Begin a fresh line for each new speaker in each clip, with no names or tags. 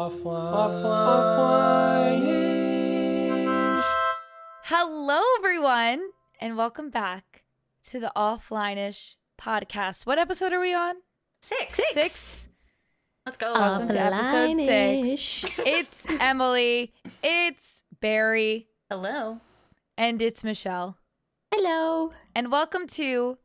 Offline. Offline.
Hello, everyone, and welcome back to the Offline-ish podcast. What episode are we on?
Six.
Six.
Let's go.
Uh,
Welcome to episode
Offline-ish.
six. It's Emily, it's Barry,
Hello.
and it's Michelle.
Hello.
And welcome to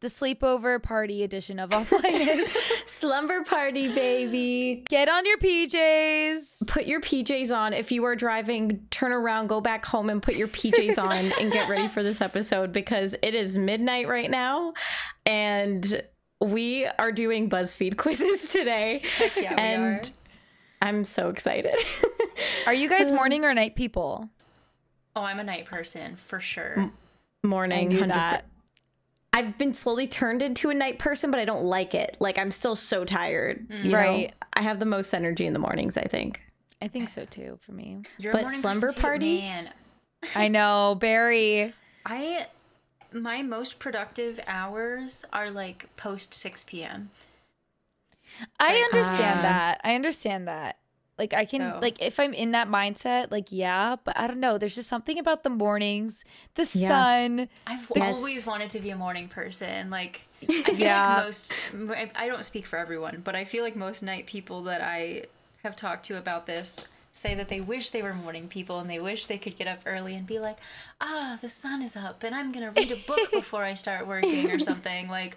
the sleepover party edition of Offline-ish.
Slumber party, baby.
Get on your PJs.
Put your PJs on. If you are driving, turn around, go back home and put your PJs on and get ready for this episode because it is midnight right now and we are doing BuzzFeed quizzes today.
yeah, we
and I'm so excited.
Are you guys morning or night people?
Oh, I'm a night person for
Mm,
sure.
I
Morning.
knew
100%.
that.
I've been slowly turned into a night person, but I don't like it. Like I'm still so tired. you know?
Mm. Right.
I have the most energy in the mornings, I think.
I think so too for me.
You're a
But
morning
slumber
person too.
parties?
Man,
I know, Barry.
I my most productive hours are like post six p.m.
I understand
Ah.
that. I understand that. Like I can
So-
like if I'm in that mindset, like yeah, but I don't know. There's just something about the mornings, the
Yeah.
sun.
I've
Yes.
always wanted to be a morning person. Like I feel
Yeah.
like most. I I don't speak for everyone, but I feel like most night people that I have talked to about this say that they wish they were morning people and they wish they could get up early and be like, ah, the sun is up and I'm gonna read a book before I start working or something. Like,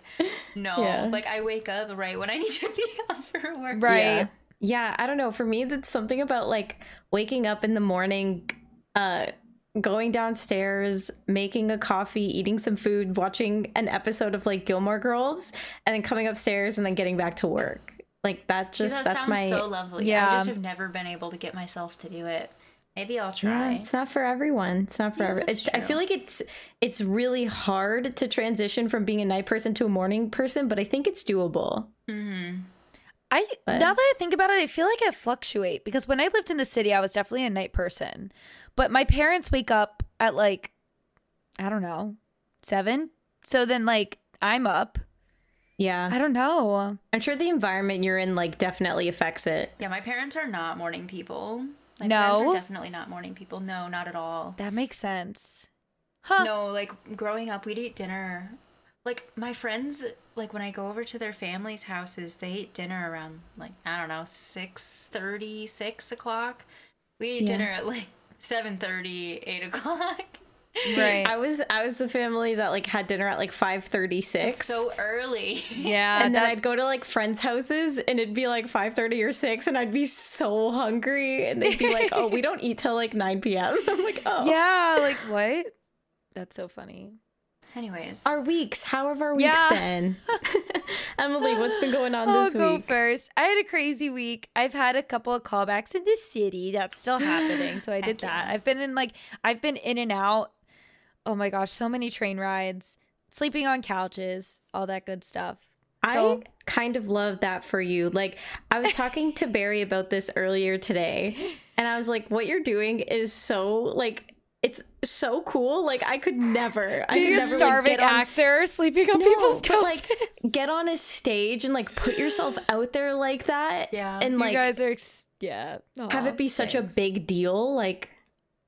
no,
Yeah.
like I wake up right when I need to be up for work.
Right.
Yeah. Yeah, I don't know. For me, that's something about like waking up in the morning, uh, going downstairs, making a coffee, eating some food, watching an episode of like Gilmore Girls, and then coming upstairs and then getting back to work. Like that
Dude,
just
that
that's
sounds
my
so lovely. I
Yeah.
just have never been able to get myself to do it. Maybe I'll
Yeah,
try.
it's not for everyone. It's not for
Yeah,
everyone.
that's
I feel
true.
like it's it's really hard to transition from being a night person to a morning person, but I think it's doable.
I
But-
now that I think about it, I feel like I fluctuate because when I lived in the city, I was definitely a night person. But my parents wake up at like I don't know, 7. So then like I'm up.
Yeah,
I don't know.
I'm sure the environment you're in like definitely affects it.
Yeah, my parents are not morning people. My
No?
parents are definitely not morning people. No, not at all.
That makes sense. Huh.
No, like growing up, we'd eat dinner. Like my friends, like when I go over to their families' houses, they eat dinner around like I don't know six thirty, six o'clock. We eat
Yeah.
dinner at like seven thirty, eight o'clock.
Right.
I was I was the family that like had dinner at like five thirty
It's
six.
so early.
yeah.
and then
uh, that-
I'd go to like friends' houses and it'd be like five thirty or six, and I'd be so hungry, and they'd be like, "Oh, we don't eat till like nine p.m." I'm like, "Oh,
Yeah, like what? That's so funny.
Anyways,
our weeks. How have our weeks
Yeah.
been? Emily, what's been going on
I'll
this
go
week?
first. I had a crazy week. I've had a couple of callbacks in the city. That's still happening. So I did
Heck yeah.
that. I've been in like I've been in and out. Oh my gosh, so many train rides, sleeping on couches, all that good stuff. So
I kind of love that for you. Like, I was talking to Barry about this earlier today, and I was like, what you're doing is so, like, it's so cool. Like, I could never. I could
being a
never like,
starving
get on-
actor, sleeping on
No,
people's
but,
couches.
like, get on a stage and, like, put yourself out there like that.
Yeah.
And, like,
you guys are ex- yeah.
have
Aw,
it be such
thanks.
a big deal. Like,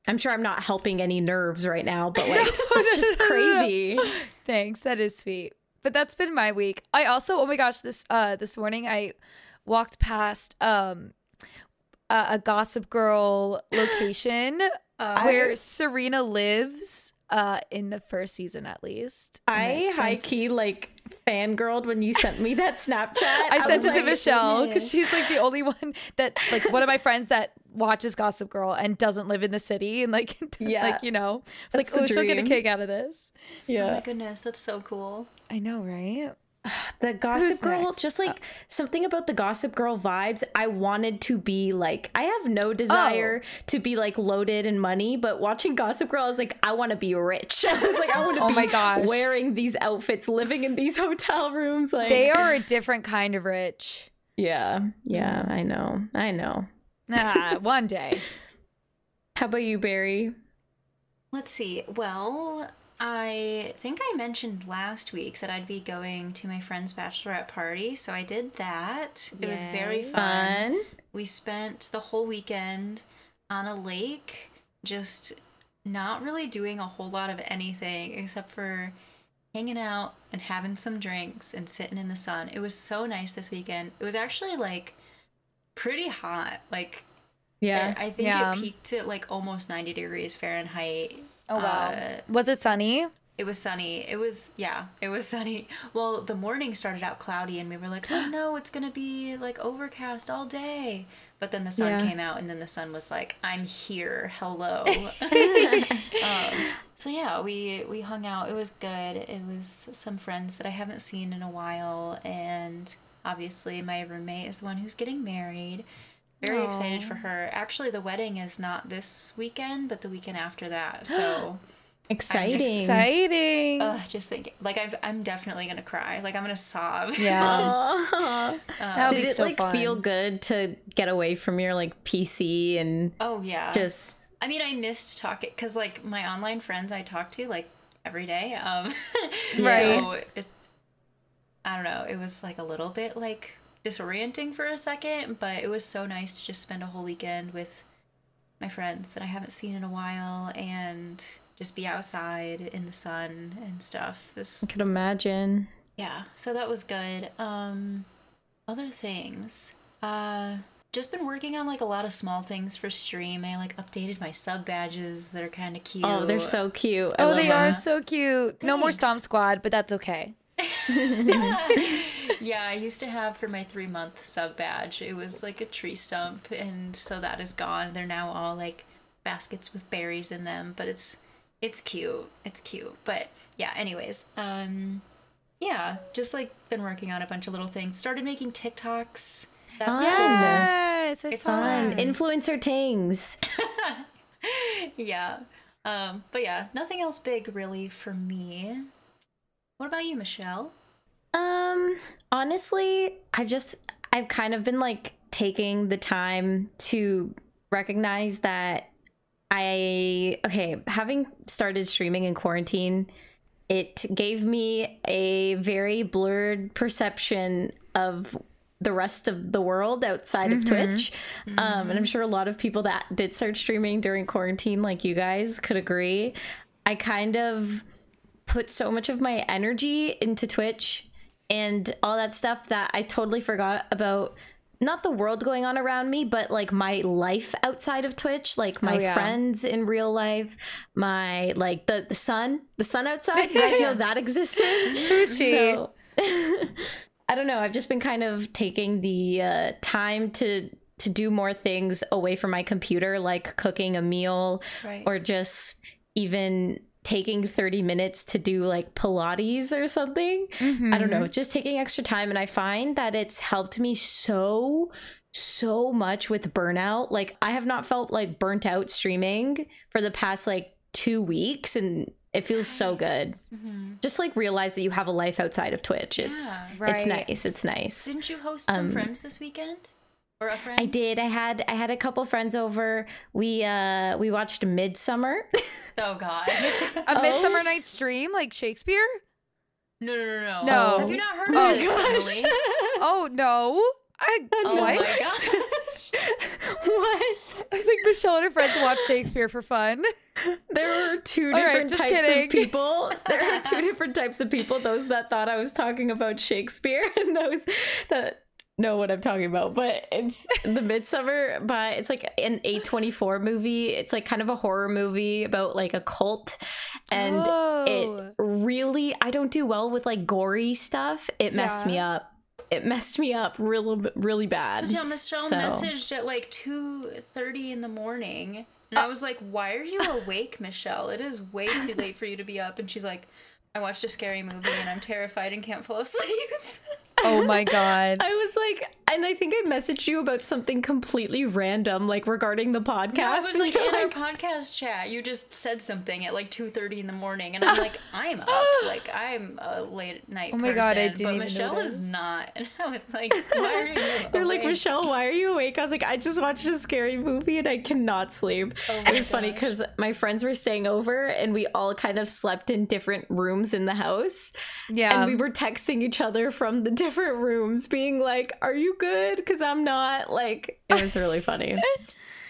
I'm sure I'm not helping any nerves right now, but, like, it's just crazy.
Thanks. That is sweet. But that's been my week. I also, oh my gosh, this uh this morning I walked past um a, a Gossip Girl location
uh,
where Serena lives uh in the first season at least. And
I
sent-
high key like fangirled when you sent me that Snapchat.
I sent
was
it to
like,
Michelle because
"Goodness."
she's like the only one that like one of my friends that watches Gossip Girl and doesn't live in the city and like
Yeah.
like you know it's like
That's the
oh she'll get a
dream.
kick out of this.
oh my
yeah.
goodness, that's so cool.
I know, right?
The Gossip
Who's
Girl,
next? Uh,
just like something about the Gossip Girl vibes. I wanted to be like, I have no desire
Oh.
to be like loaded in money, but watching Gossip Girl, I was like, I want to be rich. I was like, I want to
Oh
be
my gosh.
wearing these outfits, living in these hotel rooms. Like,
They are a different kind of rich.
yeah,
Mm.
yeah, I know, I know.
Ah, one day.
How about you, Barry?
Let's see. Well, I think I mentioned last week that I'd be going to my friend's bachelorette party, so I did that. It was very
Yay.
fun.
Fun.
We spent the whole weekend on a lake, just not really doing a whole lot of anything except for hanging out and having some drinks and sitting in the sun. It was so nice this weekend. It was actually like pretty hot. Like
Yeah.
Eh,
it- I think
Yeah.
it peaked at like almost 90 degrees Fahrenheit.
Oh wow.
Uh,
was it sunny?
it was sunny. It was yeah, it was sunny. Well, the morning started out cloudy and we were like, "Oh no, it's going to be like overcast all day." But then the sun
Yeah.
came out and then the sun was like, "I'm here. Hello." um, so yeah, we we hung out. It was good. It was some friends that I haven't seen in a while and obviously my roommate is the one who's getting married. Very excited for her. Actually, the wedding is not this weekend, but the weekend after that. So
Exciting.
Exciting.
Ugh, just think like I've, I'm definitely gonna cry. Like I'm gonna sob. Um,
yeah.
Aw.
That would
Did
be
it
so
like feel
fun.
good to get away from your like PC and
oh yeah.
just
I mean, I missed talking because like my online friends I talk to like every day. Um, So
Right.
it's I don't know. It was like a little bit like disorienting for a second, but it was so nice to just spend a whole weekend with my friends that I haven't seen in a while and just be outside in the sun and stuff. It's
I could imagine.
yeah so that was good um other things uh just been working on like a lot of small things for stream i like updated my sub badges that are kind of cute
Oh, they're so cute. I
Oh,
love
they
them.
are so cute. No more
Thanks.
Stomp Squad, but that's okay.
yeah i used to have for my three month sub badge it was like a tree stump and so that is gone they're now all like baskets with berries in them but it's it's cute it's cute but yeah anyways um yeah just like been working on a bunch of little things started making tiktoks that's
Fun.
Yes, I
It's
saw
fun.
that.
Influencer tings.
Yeah. Um, but yeah, nothing else big really for me. What about you, Michelle?
Um, honestly, I've just I've kind of been like taking the time to recognize that I okay, having started streaming in quarantine, it gave me a very blurred perception of the rest of the world outside of Twitch. Um, and I'm sure a lot of people that did start streaming during quarantine, like you guys, could agree. I kind of put so much of my energy into Twitch and all that stuff that I totally forgot about not the world going on around me, but like my life outside of Twitch, like my
Oh, yeah.
friends in real life, my like the, the sun, the sun outside. You guys know that existed.
Who's she?
So I don't know. I've just been kind of taking the uh, time to to do more things away from my computer, like cooking a meal
Right.
or just even taking 30 minutes to do like Pilates or something. I don't
Mm-hmm.
know, just taking extra time. And I find that it's helped me so, so much with burnout. Like, I have not felt like burnt out streaming for the past like two weeks, and it feels so good. Just like realize that you have a life outside of Twitch. It's
Mm-hmm. Yeah,
it's
right.
nice. It's nice.
Didn't you host some friends this weekend? Or a friend?
um, I did. I had I had a couple friends over. We uh we watched Midsummer.
Oh god.
A Midsummer Night's Dream, like Shakespeare?
no, no, no, no.
No.
Have you not heard
Oh,
of this, Emily?
Oh no! I
Oh
what?
my gosh.
what?
I was like Michelle and her friends watch Shakespeare for fun.
There were
All
two
right,
different
just
types
kidding.
of people. There were two different types of people. Those that thought I was talking about Shakespeare and those that know what I'm talking about. But it's the Midsummer by it's like an A24 movie. It's like kind of a horror movie about like a cult and
Oh.
it really I don't do well with like gory stuff. It messed
Yeah.
me up. It messed me up real really bad.
Yeah, Michelle
So-
messaged at like two thirty in the morning. And
Uh,
I was like, Why are you awake, Michelle? It is way too late for you to be up and she's like, I watched a scary movie and I'm terrified and can't fall asleep.
Oh my god!
I was like, and I think I messaged you about something completely random, like regarding the podcast.
I was
and
like
you're
in our
like,
podcast chat. You just said something at like two thirty in the morning, and I'm like, I'm up. Like I'm a late night.
Oh my God, I
person,
didn't
But
even
Michelle
notice.
is not, and I was like, why are you?
you're like
awake?
Michelle, why are you awake? I was like, I just watched a scary movie and I cannot sleep.
Oh my
it was funny
gosh.
because my friends were staying over and we all kind of slept in different rooms in the house.
Yeah.
And we were texting each other from the different rooms, being like, Are you good because I'm not like it was really funny.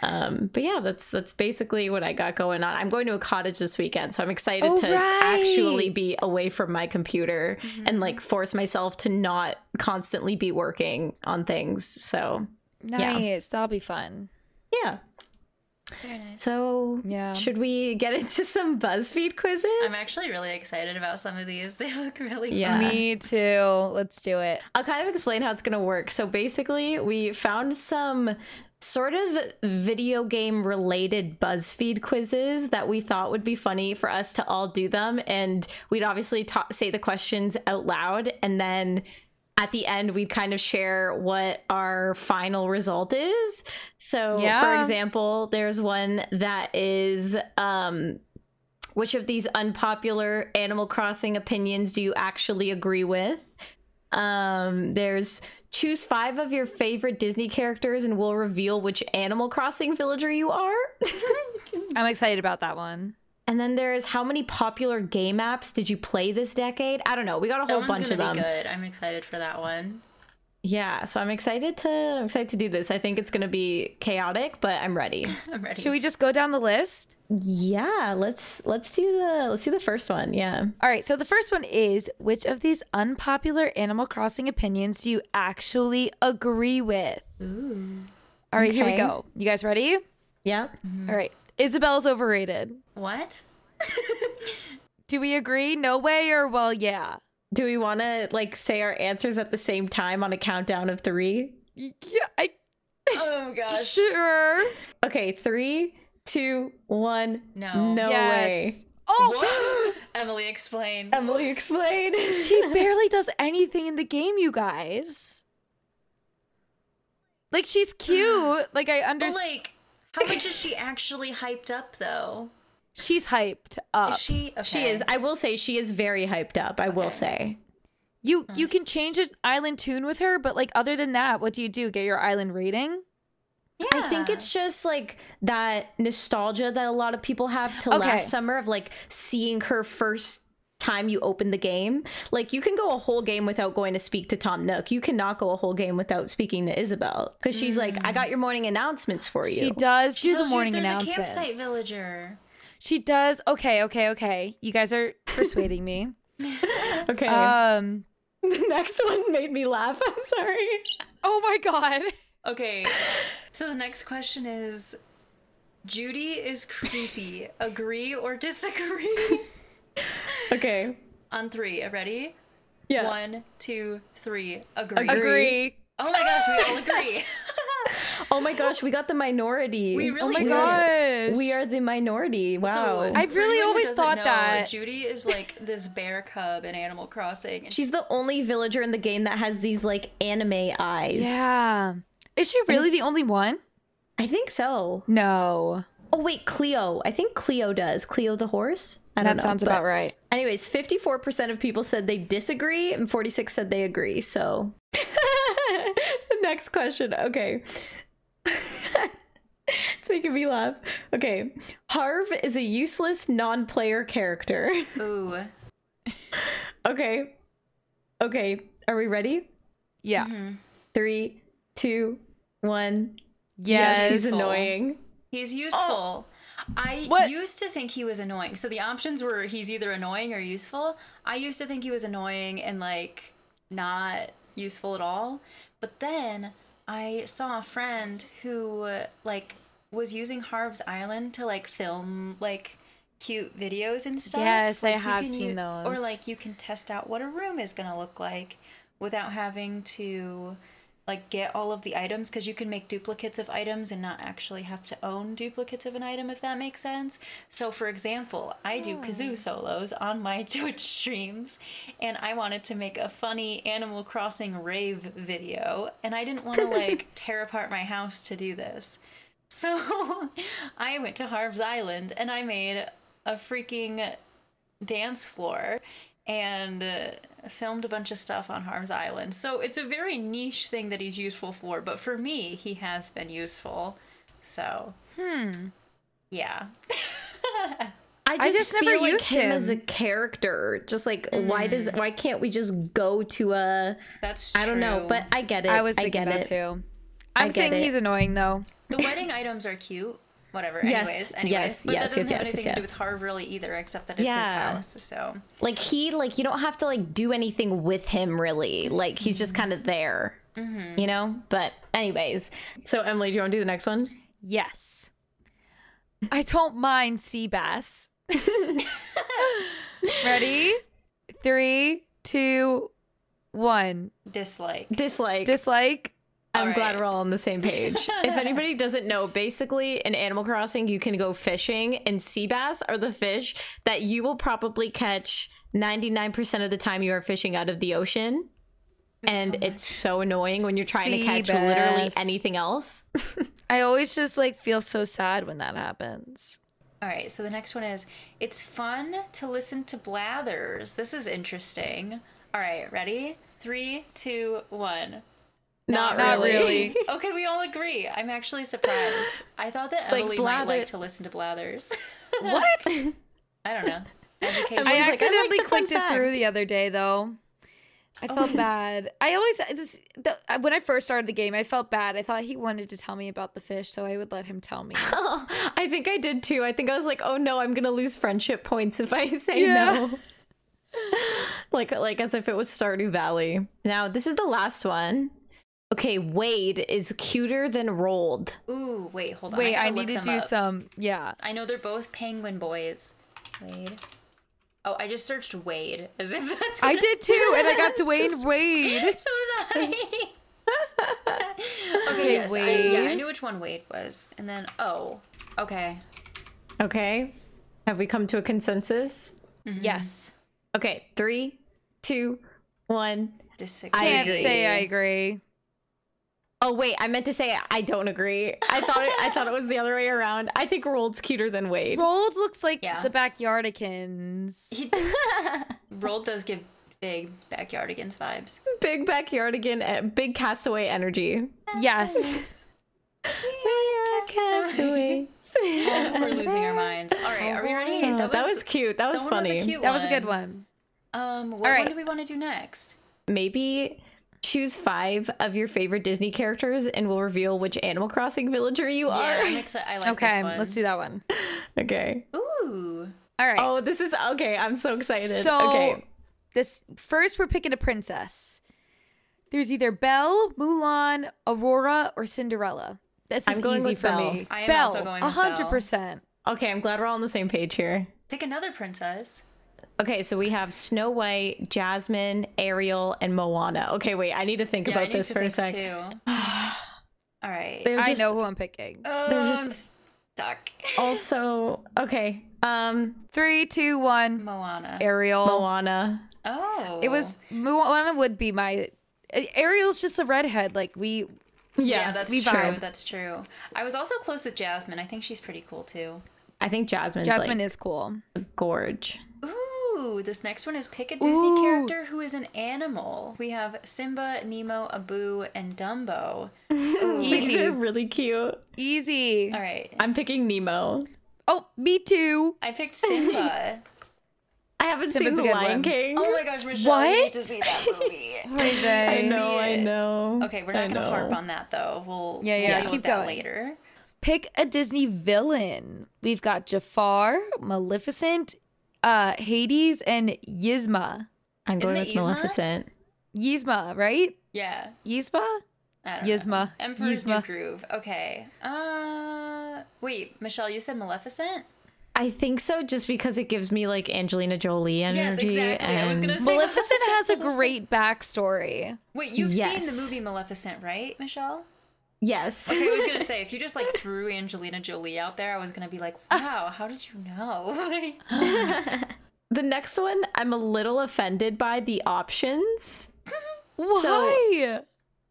Um, but yeah, that's that's basically what I got going on. I'm going to a cottage this weekend, so I'm excited
Oh,
to
right.
actually be away from my computer and like force myself to not constantly be working on things. So Yeah.
Nice. That'll be fun.
yeah.
Very nice.
So
Yeah.
should we get into some BuzzFeed quizzes?
I'm actually really excited about some of these. They look really
Yeah.
Me too. Let's do it.
I'll kind of explain how it's going to work. So basically, we found some sort of video game related BuzzFeed quizzes that we thought would be funny for us to all do them. And we'd obviously ta- say the questions out loud. And then at the end, we'd kind of share what our final result is. So, for
Yeah.
example, there's one that is. Um, which of these unpopular Animal Crossing opinions do you actually agree with? Um, there's choose five of your favorite Disney characters and we'll reveal which Animal Crossing villager you are.
I'm excited about that one.
and then there is how many popular game apps did you play this decade? I don't know. We got a
That
whole
one's
bunch of
gonna
them.
be good. I'm excited for that one.
Yeah, so I'm excited to I'm excited to do this. I think it's going to be chaotic, but I'm ready.
I'm ready.
Should we just go down the list?
yeah, let's let's do the let's do the first one. Yeah.
All right. So the first one is which of these unpopular Animal Crossing opinions do you actually agree with?
Ooh.
All right, here we
Okay.
go. You guys ready?
Yeah.
All right. Isabel's overrated.
What?
Do we agree? No way or well, yeah.
Do we want to like say our answers at the same time on a countdown of 3?
Yeah, I
Oh gosh.
sure.
Okay, three, two, one.
No.
No
yes.
way.
Oh,
What? Emily, explain.
Emily, explain.
she barely does anything in the game, you guys. Like she's cute. Like I
But
understand.
like, how much is she actually hyped up though?
she's hyped up.
Is she? Okay.
Uh, she is. I will say she is very hyped up. I will
Okay.
say.
you
Hmm.
you can change an island tune with her, but like other than that, what do you do? Get your island rating?
Yeah.
I think it's just like that nostalgia that a lot of people have to
Okay.
last summer of like seeing her first time you open the game. Like you can go a whole game without going to speak to Tom Nook. You cannot go a whole game without speaking to Isabel because she's like, I got your morning announcements for you.
She does
Mm. She
do the
tells you if
morning
there's a
announcements.
campsite villager.
She does. Okay, okay, okay. You guys are persuading me.
Okay.
uh,
Um.
the next one made me laugh. I'm sorry.
Oh my god.
Okay. So the next question is Judy is creepy. Agree or disagree?
Okay.
On three. Ready?
Yeah.
One, two, three. Agree.
Agree.
Oh my gosh, we all agree.
Oh my gosh, we got the minority.
We really
Oh my
did.
gosh.
We are the minority. Wow.
I've
for
really
anyone who
always
doesn't
thought
know,
that.
Judy is like this bear cub in Animal Crossing. And
She's the only villager in the game that has these like anime eyes.
Yeah. Is she really the only one?
I think so.
No.
Oh wait, Cleo. I think Cleo does. Cleo the horse? I
That
don't know,
sounds
but-
about right.
Anyways, 54% of people said they disagree and 46 said they agree. So next question. Okay. it's making me laugh. Okay. Harv is a useless non-player character.
Ooh.
Okay. Okay. Are we ready?
Yeah.
Mm-hmm.
Three, two, one.
Yes.
She's annoying.
He's useful. I
Oh. What?
used to think he was annoying. So the options were he's either annoying or useful. I used to think he was annoying and like not useful at all. But then I saw a friend who uh, like was using Harv's Island to like film like cute videos and stuff.
Yes, I
Like, you
have
can
seen
u- Or
those.
like you can test out what a room is going to look like without having to like get all of the items because you can make duplicates of items and not actually have to own duplicates of an item if that makes sense. So for example, I do kazoo solos on my Twitch streams and I wanted to make a funny Animal Crossing rave video and I didn't want to like tear apart my house to do this. So I went to Harv's Island and I made a freaking dance floor and uh, filmed a bunch of stuff on Harm's Island. So it's a very niche thing that he's useful for, but for me, he has been useful. So, hmm. Yeah.
I I just,
just never
feel like
used
him,
him. Mm.
as a character. Just like why does why can't we just go to a
That's
I don't know,
true.
but I get it.
I was thinking
get
that
it.
too. I'm
get
saying
it.
he's annoying though.
the wedding items are cute. Whatever. anyways,
Yes, yes,
anyways, but
yes,
that doesn't have
yes, yes,
anything to
yes.
do with Harv really either, except that it's his
Yeah.
house. So
Like he like you don't have to like do anything with him really. Like he's just
Mm-hmm.
kind of there. You know? But anyways. So Emily, do you want to do the next one?
Yes. I don't mind sea bass. Ready? Three, two, one.
dislike.
Dislike.
Dislike.
I'm
All
glad
right.
we're all on the same page. if anybody doesn't know, basically in Animal Crossing, you can go fishing, and sea bass are the fish that you will probably catch 99% of the time you are fishing out of the ocean. and it's so annoying when you're trying
Sea
to catch literally
bass.
anything else.
I always just like feel so sad when that happens.
All right, so the next one is it's fun to listen to blathers. This is interesting. All right, ready? Three, two, one.
Not,
Not really.
Okay, we all agree. I'm actually surprised. I thought that
Like
Emily
blather-
might like to listen to blathers.
What?
I don't know. Education.
I
like, "I like
accidentally
the fun
clicked it
fact."
through the other day though. I felt bad. I always this, the, when I first started the game, I felt bad. I thought he wanted to tell me about the fish, so I would let him tell me.
I think I did too. I think I was like, oh no, I'm gonna lose friendship points if I say
Yeah.
no. like like as if it was Stardew Valley. Now this is the last one. Okay, Wade is cuter than rolled.
Ooh, wait, hold on.
Wait,
gotta
I,
look
need to
them
do
up.
some. Yeah.
I know they're both penguin boys. Wade. Oh, I just searched Wade as if that's.
I
gonna-
did too, and I got Dwayne Wade.
So did I. okay,
Okay,
yes, I, yeah, I
Wade.
knew which one Wade was, and then oh, okay.
Okay. Have we come to a consensus?
Yes.
Okay, three, two, one.
Disagree.
I
Can't
agree.
say I agree.
Oh wait, I meant to say I don't agree. I thought it, I thought it was the other way around. I think Rold's cuter than Wade.
Rolled looks like
Yeah.
the backyardikins.
He- Roll does give big backyardigans vibes.
Big backyard again, eh, big castaway energy.
Yes.
Castaway.
We're losing our minds. All right, are we ready?
Oh, that, was, cute. That was
that one
funny.
Was a cute
That was a good one.
Um, what
right.
one do we want to do next?
Maybe choose five of your favorite Disney characters, and we'll reveal which Animal Crossing villager you
Yeah,
are.
I'm excited. I like this
Okay,
one.
let's do that one.
Okay.
Ooh,
All right.
Oh, this is okay. I'm so excited.
So
okay.
this first we're picking a princess. There's either Belle, Mulan, Aurora, or Cinderella. This
I'm
is
going
easy
with
for
Belle.
me.
I am
Belle,
also going with Belle.
hundred percent.
Okay, I'm glad we're all on the same page here.
pick another princess.
Okay, so we have Snow White, Jasmine, Ariel, and Moana. Okay, wait, I need to think
Yeah, I
about
need
this
to
for a
think
sec.
Too. All right.
They're
I
just-
know who I'm Uh, picking.
Oh,
they're
I'm
just-
stuck.
Also, okay, um,
Three, two, one.
Moana.
Ariel.
Moana.
Oh,
It was Moana would be my. uh, Ariel's just a redhead. Like we,
Yeah,
Yeah, that's
we
true.
vibe.
That's true. I was also close with Jasmine. I think she's pretty cool too.
I think Jasmine's
Jasmine
like
is cool.
gorge.
Ooh, this next one is pick a Disney
Ooh.
character who is an animal. We have Simba, Nemo, Abu, and Dumbo. Ooh.
These
Easy.
are really cute.
Easy.
All right.
I'm picking Nemo.
Oh, me too.
I picked Simba.
I haven't
Simba's a
seen The
good
Lion
one.
King.
oh my gosh, Michelle, you need to
What?
see that movie.
I
Okay.
know, I
it.
know.
Okay, we're not
I
gonna
know.
harp on that though. We'll
Yeah,
we'll
yeah,
deal
keep
with that
going.
later.
Pick a Disney villain. We've got Jafar, Maleficent, uh, Hades, and Yzma.
I'm going with
Isn't it Yzma?
Maleficent.
Yzma, right?
Yeah.
Yzma?
I don't know.
Yzma.
Emperor's New
Yzma.
Groove. Okay. Uh, wait, Michelle, you said Maleficent.
I think so, just because it gives me like Angelina Jolie energy.
yes, exactly. I was gonna
and-
say
Maleficent has a
Maleficent.
great backstory.
Wait, you've seen
Yes.
the movie Maleficent, right, Michelle?
Yes.
I was gonna say if you just like threw Angelina Jolie out there, I was gonna be like, wow, how did you know?
the next one, I'm a little offended by the options.
Why?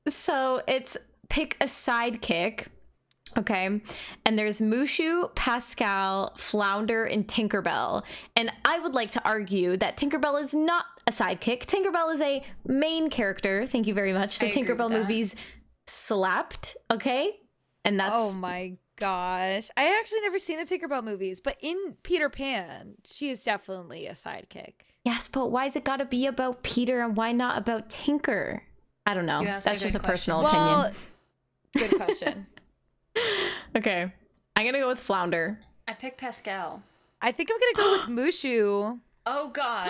So it's pick a sidekick. Okay. And there's Mushu, Pascal, Flounder, and Tinkerbell. And I would like to argue that Tinkerbell is not a sidekick. Tinkerbell is a main character. Thank you very much. The
I agree with
Tinkerbell
that.
movies slapped. Okay. And that's
oh my gosh. I actually never seen the Tinkerbell movies, but in Peter Pan, she is definitely a sidekick.
Yes, but why's it gotta be about Peter and why not about Tinker? I don't know.
You asked
That's
a good
just a personal
well,
opinion.
good question.
Okay. I'm gonna go with Flounder.
I picked Pascal.
I think I'm going to go with Mushu.
Oh God.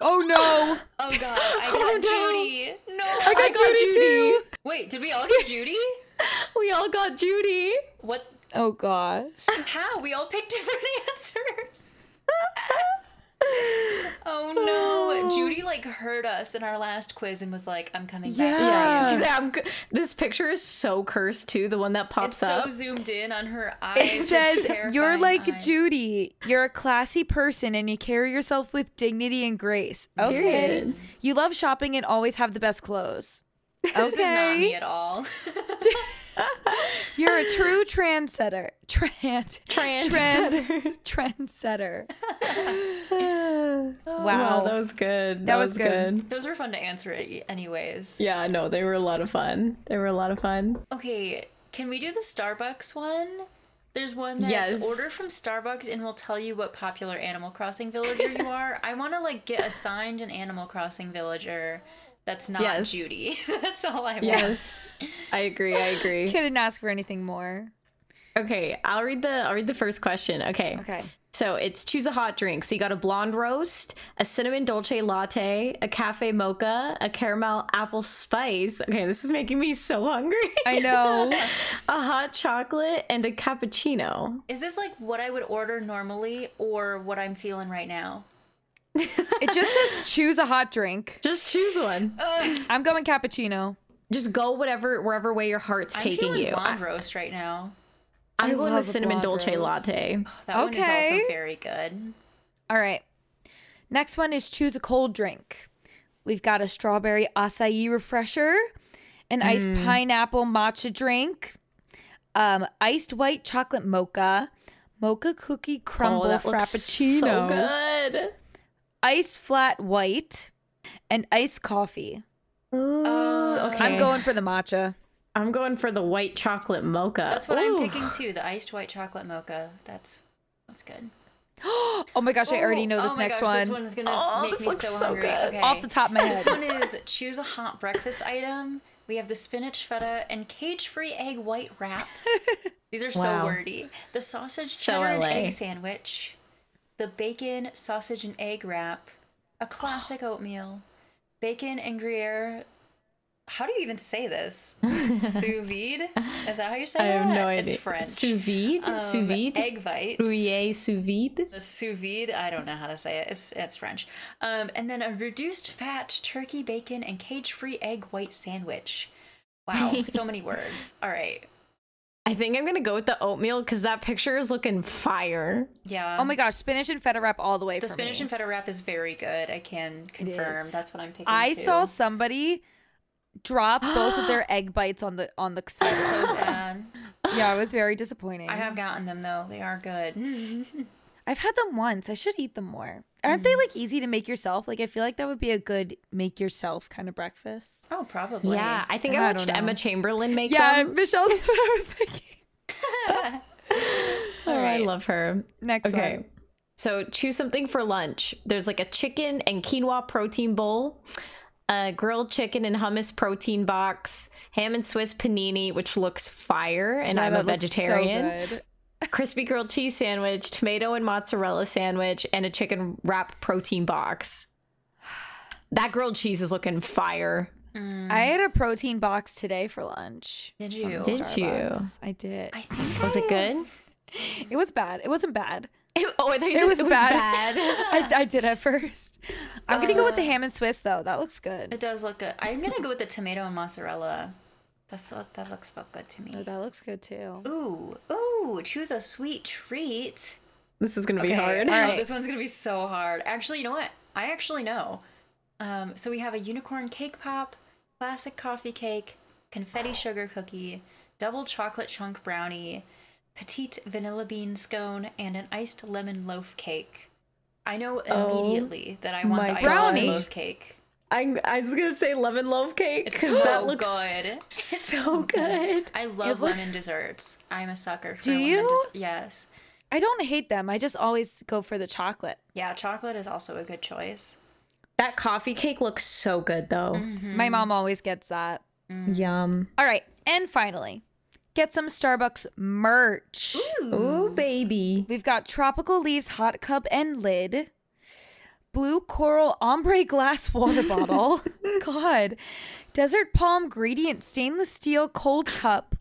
Oh no.
Oh God. I got
no.
Judy. No.
I got, Judy, too.
Wait, did we all get Judy?
We all got Judy.
What?
Oh gosh.
How? We all picked different answers. oh no. Judy like heard us in our last quiz and was like, "I'm coming back."
Yeah.
She's like, I'm, c- this picture is so cursed too, the one that
It's
pops
so
up.
zoomed in on her eyes.
It says you're
terrifying
like
eyes."
Judy. You're a classy person and you carry yourself with dignity and grace. Okay.
Period.
You love shopping and always have the best clothes. Okay.
This is not me at all.
You're a true trendsetter. Trend.
Trans.
Trend. trendsetter. wow.
Wow, that was good. That,
was
was,
good.
good.
Those were fun to answer, a- anyways.
Yeah, no, they were a lot of fun. They were a lot of fun.
Okay, can we do the Starbucks one? There's one that's
Yes.
order from Starbucks and we'll tell you what popular Animal Crossing villager you are. I want to like get assigned an Animal Crossing villager that's not
Yes.
Judy. that's all I want.
Yes. I agree. I agree.
Couldn't ask for anything more.
Okay, I'll read the I'll read the first question. Okay.
Okay.
So it's choose a hot drink. So you got a blonde roast, a cinnamon dolce latte, a cafe mocha, a caramel apple spice. Okay, this is making me so hungry.
I know.
a hot chocolate and a cappuccino.
Is this like what I would order normally or what I'm feeling right now?
It just says choose a hot drink.
Just choose one.
I'm going cappuccino.
Just go whatever wherever way your heart's
I'm
taking
feeling
you.
blonde roast right now.
I,
I
am going
love
with
a
cinnamon
blonde
dolce
roast.
latte.
That one is also
Okay.
very good.
All right. Next one is choose a cold drink. We've got a strawberry acai refresher, an iced
Mm.
pineapple matcha drink, um, iced white chocolate mocha, mocha cookie crumble
oh, that looks
frappuccino,
so good.
iced flat white, and iced coffee.
Uh,
okay.
I'm going for the matcha.
I'm going for the white chocolate mocha.
That's what I'm
Ooh.
picking too. The iced white chocolate mocha. That's that's good.
Oh my gosh, I already
Ooh,
know this
oh my
next
gosh,
one.
This one's gonna
Oh,
make
this
me
looks
so,
so
hungry.
good.
Okay.
Off the top of my
This
head.
one is choose a hot breakfast item. We have the spinach feta and cage-free egg white wrap. These are so
Wow.
wordy. The sausage
So
cheddar
LA.
and egg sandwich, the bacon sausage and egg wrap, a classic oatmeal, bacon and Gruyere. How do you even say this? Sous vide? Is that how you say
I
that?
have no idea.
It's French.
Sous vide?
Um,
sous vide?
Egg bites.
Gruyere sous vide?
The sous vide, I don't know how to say it. It's it's French. Um, and then a reduced fat turkey bacon and cage-free egg white sandwich. Wow, so many words. All right.
I think I'm gonna go with the oatmeal because that picture is looking fire.
Yeah.
oh my gosh, spinach and feta wrap all the way
The
for
spinach
me.
and feta wrap is very good. I can confirm. That's what I'm picking.
I
too.
saw somebody drop both of their egg bites on the on the side.
so sad.
Yeah, it was very disappointing.
I have gotten them though. They are good. Mm,
I've had them once. I should eat them more. Aren't they like easy to make yourself? Like I feel like that would be a good make yourself kind of breakfast.
Oh, probably.
Yeah, I think
I
I,
don't
watched
know.
Emma Chamberlain make
Yeah,
them.
Michelle, that's what I was thinking.
Oh, I
right.
love her.
Next
Okay.
one.
So choose something for lunch. There's like a chicken and quinoa protein bowl, a grilled chicken and hummus protein box, ham and Swiss panini, which looks fire, and
Yeah,
I'm a
that looks so
vegetarian.
good.
Crispy grilled cheese sandwich, tomato and mozzarella sandwich, and a chicken wrap protein box. That grilled cheese is looking fire. Mm.
I had a protein box today for lunch.
Did you?
Did you?
Starbucks. I did.
I think
Was it good?
It was bad. It wasn't bad.
oh, I thought you said it
was
was,
bad.
bad.
I, I did at first. I'm gonna go with the ham and Swiss though. That looks good.
it does look good. I'm gonna go with the tomato and mozzarella. That's that looks about good to me.
Oh, that looks good too.
Ooh, ooh, choose a sweet treat.
This is gonna be
Okay,
hard.
no,
Alright.
this one's gonna be so hard. Actually, you know what? I actually know. Um, so we have a unicorn cake pop, classic coffee cake, confetti sugar cookie, double chocolate chunk brownie, petite vanilla bean scone, and an iced lemon loaf cake. I know immediately that I want
Oh my
the iced lemon
God.
loaf cake.
I'm, I was gonna say lemon loaf cake
It's
because
so
that looks
good.
so good.
I love
looks-
lemon desserts. I'm a sucker for
Do
lemon
you?
desserts. Yes.
I don't hate them. I just always go for the chocolate.
Yeah, chocolate is also a good choice.
That coffee cake looks so good though.
My mom always gets that.
Yum.
All right. And finally, get some Starbucks merch.
Ooh, baby.
We've got Tropical Leaves hot cup and lid, Blue Coral ombre glass water bottle, God, Desert Palm gradient stainless steel cold cup,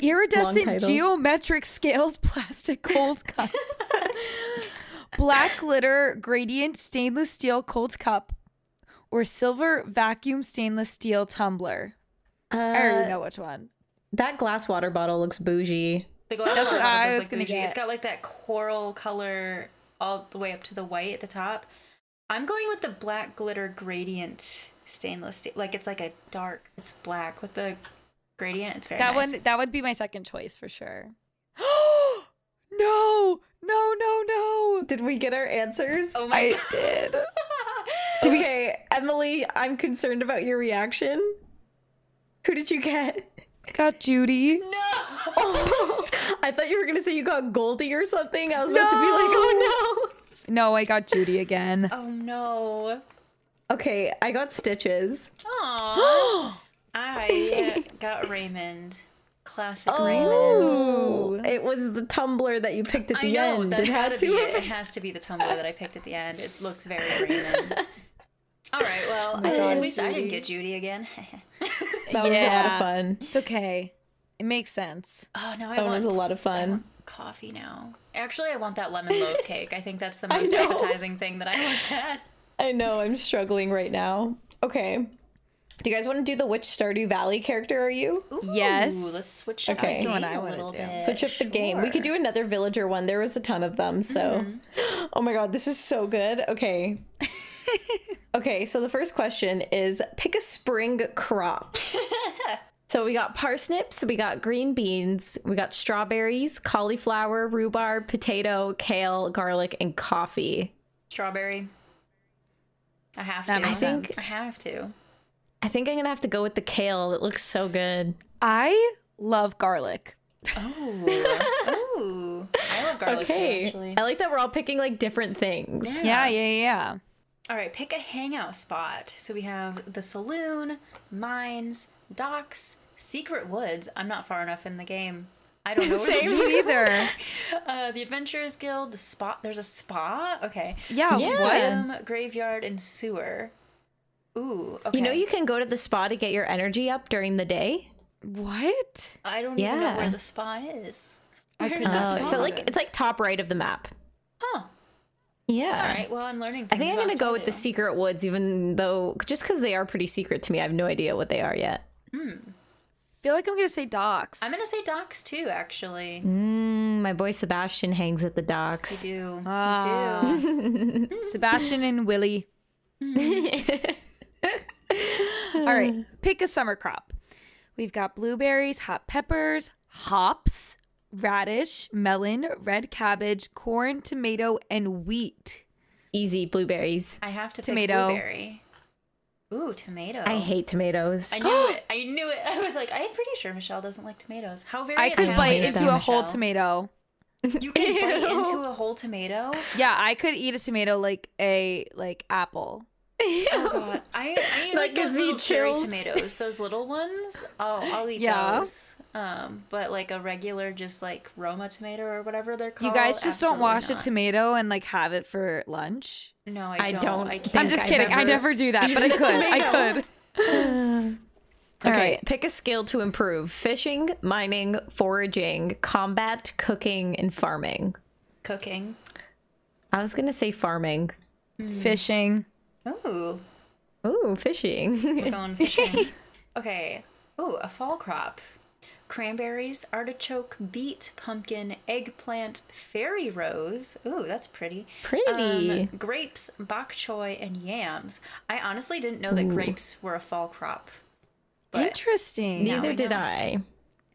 Iridescent
titles.
geometric scales plastic cold cup, Black glitter gradient stainless steel cold cup, or Silver vacuum stainless steel tumbler. I
Uh,
already know which one.
that glass water bottle looks bougie.
The glass
That's
water
what
bottle
I
does
was
look
gonna
bougie. It's
get.
got like that coral color all the way up to the white at the top. I'm going with the black glitter gradient stainless steel. Like it's like a dark. It's black with the gradient. It's very
That
nice.
one that would be my second choice for sure. no, no, no, no.
Did we get our answers?
Oh my
I
god.
did.
okay, Emily, I'm concerned about your reaction. Who did you get?
Got Judy.
No.
I thought you were gonna say you got Goldie or something. I was about to be like, oh
No, I got Judy again.
Oh no.
no. Okay, I got stitches.
Aww. I got Raymond. Classic Raymond.
Oh,
Raymond.
it was the tumbler that you picked at
I
the
know
end.
that's
It had
gotta
to
be
have
it. It has to be the tumbler that I picked at the end. It looks very Raymond. All right, well, I-
God,
at least I didn't
Judy.
get Oh Judy again.
That was a lot of
Yeah.
fun.
It's okay. It makes sense.
oh no, I
That
want
was a lot
s-
of fun.
I want coffee now. Actually, I want that lemon loaf cake. I think that's the most
know.
appetizing thing that I looked at.
I know I'm struggling right now. Okay. Do you guys want to do the which Stardew Valley character are you?
Ooh,
Yes.
let's switch up
Okay. That's
the
the
one
game
I
a
wanna
little
do.
bit.
Switch up the game. We could do another villager one. There was a ton of them, so Oh my god, this is so good. Okay. okay, so the first question is pick a spring crop. so we got parsnips, we got green beans, we got strawberries, cauliflower, rhubarb, potato, kale, garlic, and coffee.
strawberry. I have to.
That makes
I think-
sense.
I have to.
I think I'm gonna have to go with the kale. It looks so good.
I love garlic.
Oh. Ooh. I love garlic too,
Okay.
actually.
I like that we're all picking like different things.
Yeah, yeah, yeah.
All right, pick a hangout spot. So we have the saloon, mines, docks, secret woods. I'm not far enough in the game. I don't know. what it is.
Me either.
Uh, the Adventurers Guild, the spa. There's a spa. Okay.
Yeah,
Yeah.
what?
Museum, graveyard, and sewer. Ooh. Okay.
You know you can go to the spa to get your energy up during the day.
What?
I don't even
Yeah.
know where the spa is.
I
Where's
couldn't
the
Oh,
spa?
spot.
Uh, it's like it's like top right of the map.
oh.
Yeah.
All right. Well, I'm learning.
I think I'm gonna go with the secret woods, even though just because they are pretty secret to me, I have no idea what they are yet.
feel like I'm gonna say docs.
I'm gonna say docks too. Actually,
Mm, my boy Sebastian hangs at the
we
docks.
do.
Ah.
We do.
Sebastian and Willie. All right, pick a summer crop. We've got blueberries, hot peppers, hops, radish, melon, red cabbage, corn, tomato, and wheat.
Easy blueberries.
I have to
Tomato.
pick blueberry. Ooh, tomato.
I hate tomatoes.
Oh. I knew it. I knew it. I was like, I'm pretty sure Michelle doesn't like tomatoes. How very
I could
Italian
bite
of
into
you,
a whole
Michelle.
tomato.
You can bite into a whole tomato.
Yeah, I could eat a tomato like a like apple.
Oh god, I, I eat
That
like
gives
those
me
little cherry
chills.
tomatoes, those little ones. Oh, I'll eat
Yeah.
those. Um, but like a regular, just like Roma tomato or whatever they're
You
called.
guys just don't
absolutely
wash
not.
a tomato and like have it for lunch.
No, I
I
don't. I,
don't
can't.
I'm
Think
just
I've
kidding. I
ever-
never do that, but I could. I could. All
okay,
right.
pick a skill to improve: fishing, mining, foraging, combat, cooking, and farming.
cooking.
I was gonna say farming.
Hmm. Fishing.
Ooh,
Ooh, fishing.
we're going fishing. okay. Ooh, a fall crop. Cranberries, artichoke, beet, pumpkin, eggplant, fairy rose. Ooh, that's pretty.
Pretty.
Um, grapes, bok choy, and yams. I honestly didn't know that grapes were a fall crop. But
Interesting.
now
Neither
I
did
know.
I.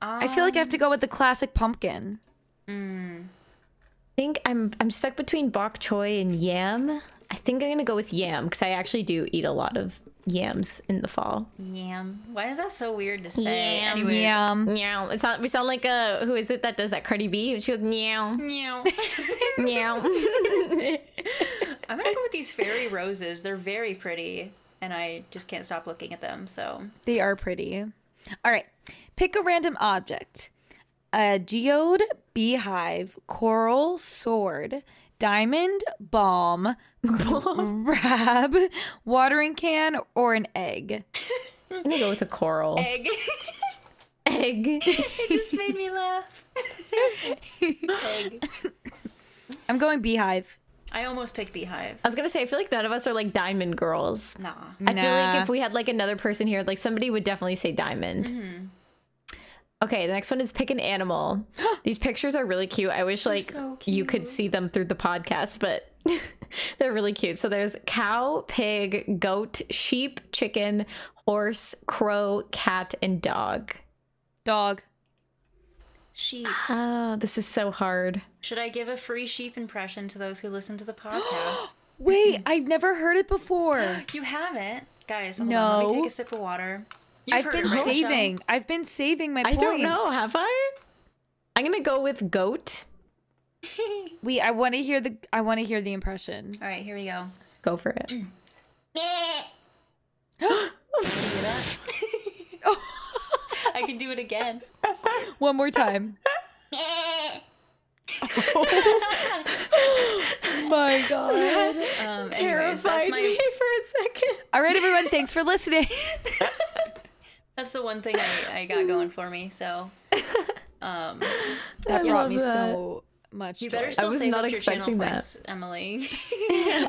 Ah,
I feel like I have to go with the classic pumpkin.
think I'm I'm stuck between bok choy and yam. I I think I'm gonna go with yam because I actually do eat a lot of yams in the fall.
Yam. Why is that so weird to say?
Yam.
Anyways.
Yeah.
Meow. It's not, we sound like a who is it that does that? Cardi B. She goes meow
Meow.
meow.
I'm gonna go with these fairy roses. They're very pretty, and I just can't stop looking at them. So
They are pretty. All right. Pick a random object a geode, beehive, coral, sword, diamond, balm, crab, watering can, or an egg.
I'm gonna go with a coral
egg.
egg.
it just made me laugh. egg.
I'm going beehive.
I almost picked beehive.
I was gonna say I feel like none of us are like diamond girls.
Nah.
I feel like
Nah.
if we had like another person here, like somebody would definitely say diamond.
Mm-hmm.
Okay, the next one is pick an animal. These pictures are really cute. I wish like
so
you could
cute.
see them through the podcast, but they're really cute. So there's cow, pig, goat, sheep, chicken, horse, crow, cat, and dog.
Dog.
Sheep.
Oh, this is so hard.
Should I give a free sheep impression to those who listen to the podcast?
Wait, I've never heard it before.
you haven't, guys. Hold on, let me
No.
take a sip of water. You've
I've
heard
been
it, right, Michelle?
saving. I've been saving my
I
points.
don't know. Have I? I'm gonna go with goat.
We I want to hear the I want to hear the impression.
All right, here we go.
Go for it.
I can do it again.
One more time. oh my god.
Um, anyways, that's
Terrified me
my
for a second.
All right everyone, thanks for listening.
that's the one thing I, I got going for me. So um,
That
I
brought
love
me
that.
so much
you
joy.
better still
was
save
not
up your channel
expecting that.
points, Emily.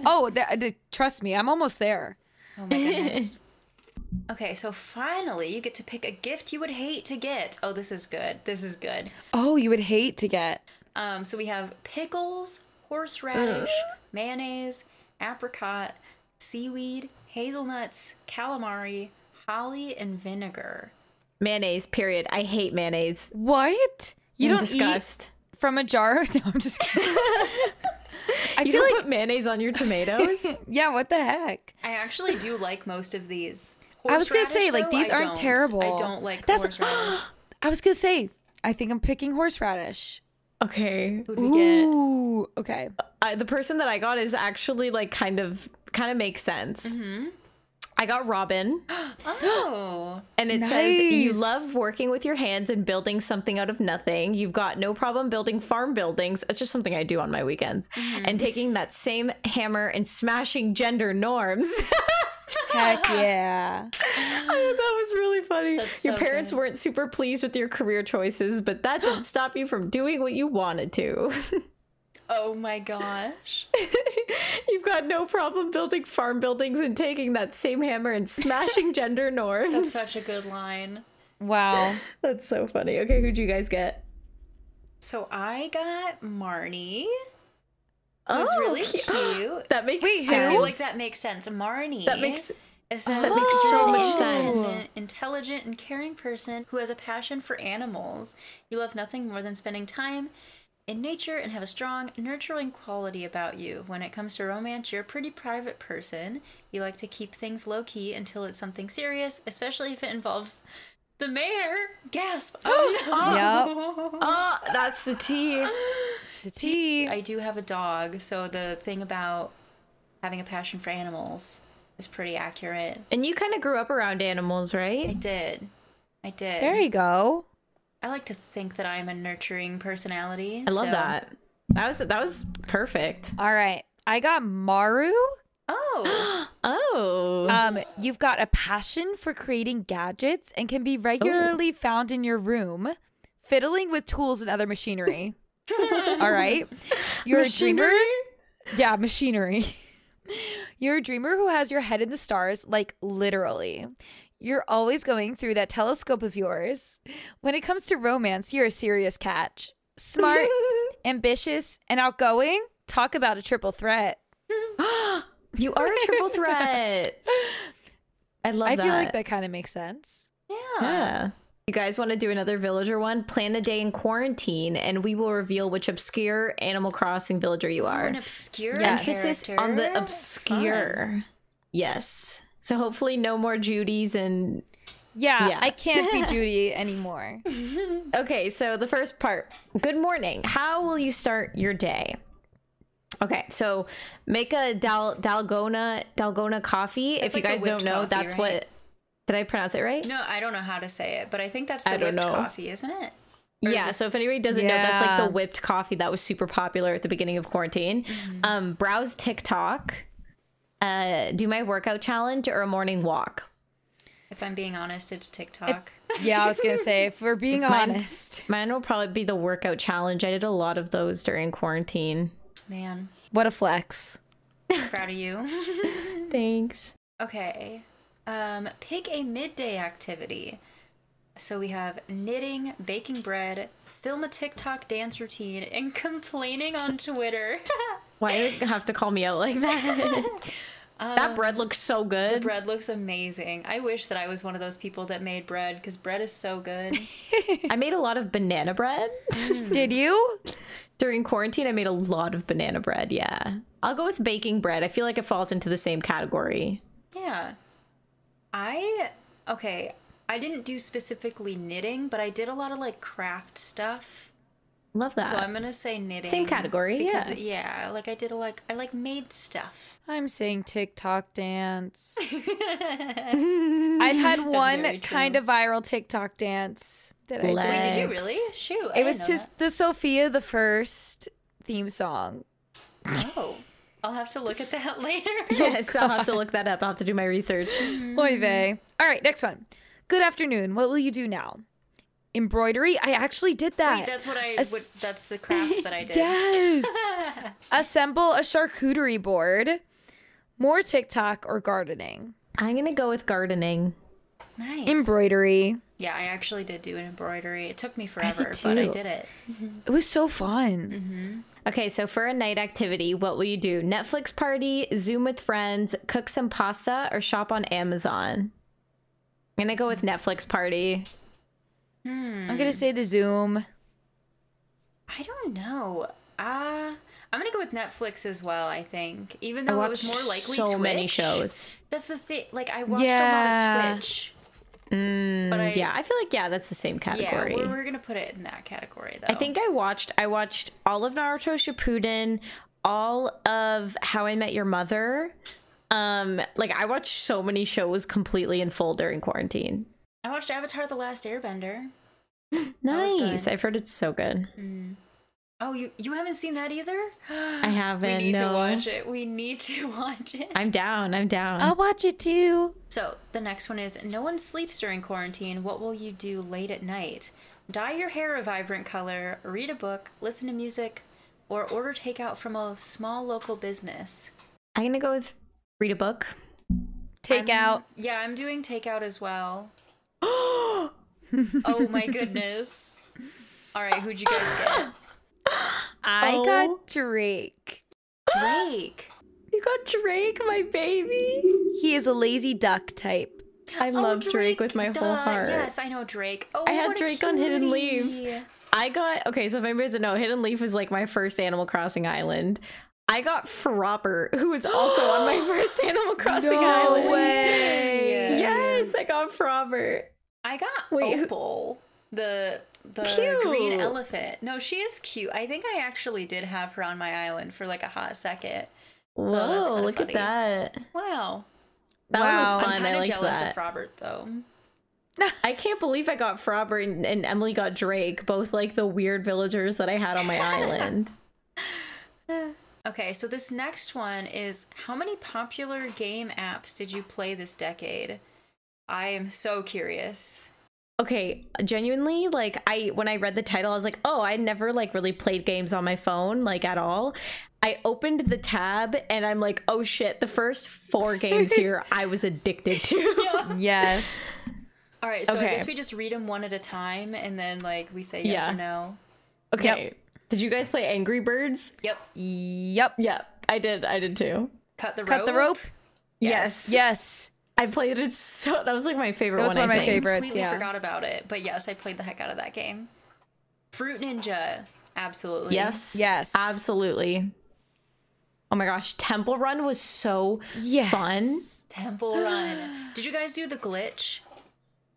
Oh, th- th- trust me, I'm almost there.
oh my goodness. Okay, so finally you get to pick a gift you would hate to get. Oh, this is good. This is good.
Oh, you would hate to get.
Um, so we have pickles, horseradish, mayonnaise, apricot, seaweed, hazelnuts, calamari, holly, and vinegar.
Mayonnaise, period. I hate mayonnaise.
What? You
In
don't
disgust.
eat from a jar? No, I'm just kidding. I
You
feel
don't
like
put mayonnaise on your tomatoes.
yeah, what the heck?
I actually do like most of these.
I was gonna say,
Horseradish,
like, these
I
aren't
don't. I
terrible.
don't like
That's-
horseradish.
I was going to say I think I'm picking horseradish.
okay.
Who'd we get?
Ooh, okay.
I, the person that I got is actually like kind of kind of makes sense.
Mm-hmm.
I got Robin,
Oh,
and it says you
Nice.
love working with your hands and building something out of nothing. You've got no problem building farm buildings. It's just something I do on my weekends,
Mm-hmm.
and taking that same hammer and smashing gender norms.
Heck yeah.
that was really funny.
That's
your
so
parents
good.
weren't super pleased with your career choices, but that didn't stop you from doing what you wanted to.
oh my gosh!
You've got no problem building farm buildings and taking that same hammer and smashing gender norms.
That's
That's,
such a good line.
Wow.
so funny. Okay, who'd you guys get?
So I got Marnie. It
Oh,
was really
cu-
cute.
That makes
Wait, who?
I
sense.
feel like that makes sense. Marnie.
That makes Oh,
It says,
that makes so much
"She's an
sense.
Intelligent and caring person who has a passion for animals. You love nothing more than spending time in nature and have a strong, nurturing quality about you. When it comes to romance, you're a pretty private person. You like to keep things low key until it's something serious, especially if it involves the mayor. Gasp! Oh no!
Oh, that's the tea.
It's a tea.
I do have a dog, so the thing about having a passion for animals is pretty accurate.
And you kind of grew up around animals,
I
right?
did. I did.
There you go.
I like to think that I'm a nurturing personality.
I love
so-
that. That was that was perfect.
All right. I got Maru.
Oh,
Oh.
Um, you've got a passion for creating gadgets and can be regularly found in your room, fiddling with tools and other machinery. All right. You're a dreamer. Yeah, machinery. You're a dreamer who has your head in the stars, like literally. You're always going through that telescope of yours. When it comes to romance, you're a serious catch. Smart, ambitious, and outgoing. Talk about a triple threat.
You are a triple threat. I love
I
that.
feel like that kind of makes sense.
yeah.
Yeah. you guys want to do another villager one, plan a day in quarantine and we will reveal which obscure Animal Crossing villager you are.
An obscure
Yes.
Emphasis on the
character?
obscure. Yes. So hopefully no more Judy's and
Yeah,
Yeah.
I can't be Judy anymore.
Okay, so the first part. Good morning. How will you start your day? Okay, so make a Dal- Dalgona Dalgona coffee.
That's
if you
like the
guys don't
whipped
know,
coffee,
that's
right?
what Did I pronounce it right?
No, I don't know how to say it, but I think that's the
I don't
whipped
know.
coffee, isn't it? Or is
yeah,
it-
so if anybody doesn't know, that's like
Yeah.
the whipped coffee that was super popular at the beginning of quarantine.
Mm-hmm.
Um, browse TikTok, uh, do my workout challenge or a morning walk.
If I'm being honest, it's TikTok.
Yeah, I was gonna say if we're being honest,
Mine will probably be the workout challenge. I did a lot of those during quarantine.
Man,
what a flex.
proud of you.
Thanks.
Okay. Um, pick a midday activity. So we have knitting, baking bread, film a TikTok dance routine, and complaining on Twitter.
Why do you have to call me out like that? that bread looks so good.
Um, bread looks amazing. I wish that I was one of those people that made bread because bread is so good.
I made a lot of banana bread
Did you?
during quarantine. I made a lot of banana bread. Yeah, I'll go with baking bread. I feel like it falls into the same category.
Yeah. I okay, I didn't do specifically knitting, but I did a lot of like craft stuff.
Love that.
So I'm gonna say knitting.
category,
because,
yeah.
Yeah, like I did a like I like made stuff.
I'm saying TikTok dance. I've had
very
one
true.
kind of viral TikTok dance that I
Let-
did.
Wait, did you
Thanks.
really? Shoot. I
It was
didn't know
just the Sophia the First theme song.
that. Oh, I'll have to look at that later.
yes, I'll have to look that up. I'll have to do my research.
Mm-hmm.
Oy vey. All right, next one. Good afternoon. What will you do now? Embroidery. I actually did that.
Wait, that's what I.
As-
Would, that's the craft that I did.
Yes. Assemble a charcuterie board. More TikTok or gardening.
I'm gonna go with gardening.
Nice.
Embroidery.
yeah, I actually did do an embroidery. It took me forever,
did
but I
too.
did it.
It was so fun.
Okay, so for a night activity, what will you do? Netflix party, Zoom with friends, cook some pasta, or shop on Amazon? I'm gonna go with Netflix party.
I'm gonna say the Zoom.
I don't know. Uh, I'm gonna go with Netflix as well. I think, even
I
though it was
watched
more likely
so
Twitch.
many shows.
That's the thing. Like I watched a lot
Yeah.
of Twitch. but I,
Mm, Yeah, I feel like yeah, that's the same
yeah,
category.
we're, we're gonna put it in that category though.
I think I watched I watched all of Naruto Shippuden, all of How I Met Your Mother. Um, like I watched so many shows completely in full during quarantine.
I watched Avatar: The Last Airbender. was good. Mm-hmm.
Nice. I've heard it's so good.
Oh, you you haven't seen that either?
I haven't.
We need
no.
to watch it. We need to watch it.
I'm down. I'm down.
Oh.
I'll watch it too.
So the next one is no one sleeps during quarantine. What will you do late at night? Dye your hair a vibrant color, read a book, listen to music, or order takeout from a small local business.
I'm gonna go with read a book.
Take out.
Yeah, I'm doing takeout as well. oh my goodness. All right, who'd you guys get?
I
Oh.
got Drake.
Drake.
You got Drake, my baby.
He is a lazy duck type.
I
Oh,
love Drake. with my whole
Duh,
heart.
Yes, I know Drake. Oh,
I had
what a
Drake on Hidden Leaf.
cutie.
I got okay. So if anybody doesn't know, Hidden Leaf is like my first Animal Crossing island. I got Frobber, who was also on my first Animal Crossing island.
way.
Yes, I got Frobber.
I got
Wait, who-
Opal, the the
Cute.
green elephant. No, she is cute. I think I actually did have her on my island for like a hot second.
Whoa,
Oh, that's kinda
look
funny.
at that.
Wow,
That one
Wow.
was
I'm
fun.
I'm kind
I
of
like
jealous
that.
of Robert though.
I can't believe I got Frobber and, and Emily got Drake, both like the weird villagers that I had on my island.
Okay, so this next one is how many popular game apps did you play this decade? I am so curious.
okay genuinely like i when i read the title i was like oh i never like really played games on my phone like at all i opened the tab and i'm like oh shit the first four games here i was addicted to
Yes.
All right, so I
Okay.
guess we just read them one at a time and then like we say yes
Yeah.
or no.
okay did you guys play angry birds
Yep.
Yep.
yeah i did i did too
Cut the rope.
Cut the rope.
yes
Yes.
I played it so that was like my favorite
That was one
one. I
of my
think.
favorites,
Completely
yeah.
forgot about it, but yes, I played the heck out of that game. Fruit Ninja, absolutely.
Yes.
Yes.
Absolutely. Oh my gosh, Temple Run was so
Yes.
fun.
Temple Run. Did you guys do the glitch?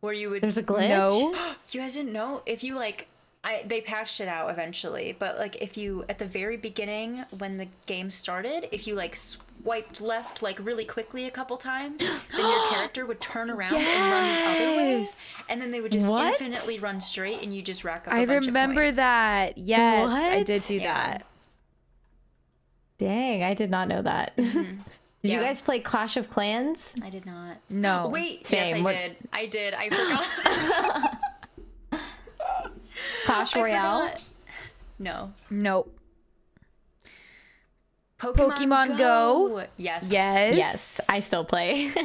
Where you would
There's a glitch.
No.
You guys didn't know if you like I they patched it out eventually, but like if you at the very beginning when the game started, if you like swiped left like really quickly a couple times, then your character would turn around and run the other way,
Yes.
and then they would just
What?
infinitely run straight, and you just rack up.
I
I
remember that. Yes, I
What?
did do
Yeah.
that.
Dang, I did not know that. Did
Yeah.
you guys play Clash of Clans?
I did not.
No.
Wait. Yes, I
Same. What-
did. I did. I forgot.
Clash
I
Royale?
forgot. No.
Nope.
Pokemon,
Pokemon Go?
Yes.
Yes.
Yes, I still play.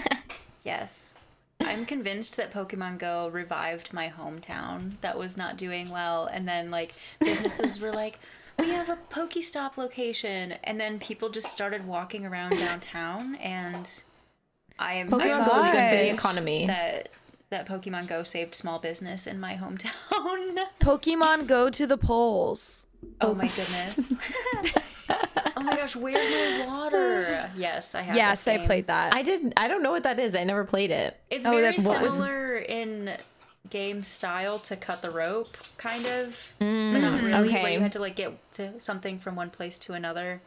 Yes. I'm convinced that Pokemon Go revived my hometown that was not doing well. And then, like, businesses were like, we have a Pokestop location. And then people just started walking around downtown. And I am
Pokemon Go is good for the
gosh.
economy.
that, that Pokemon Go saved small business in my hometown.
Pokemon Go to the polls.
oh my goodness. oh my gosh, where's my water? Yes, I have.
Yes,
that
I
game.
played that.
I didn't I don't know what that is. I never played it.
It's
Oh,
very
that's what was-
similar in game style to cut the rope, kind of, but not really. Where
okay.
you had to like get to something from one place to another,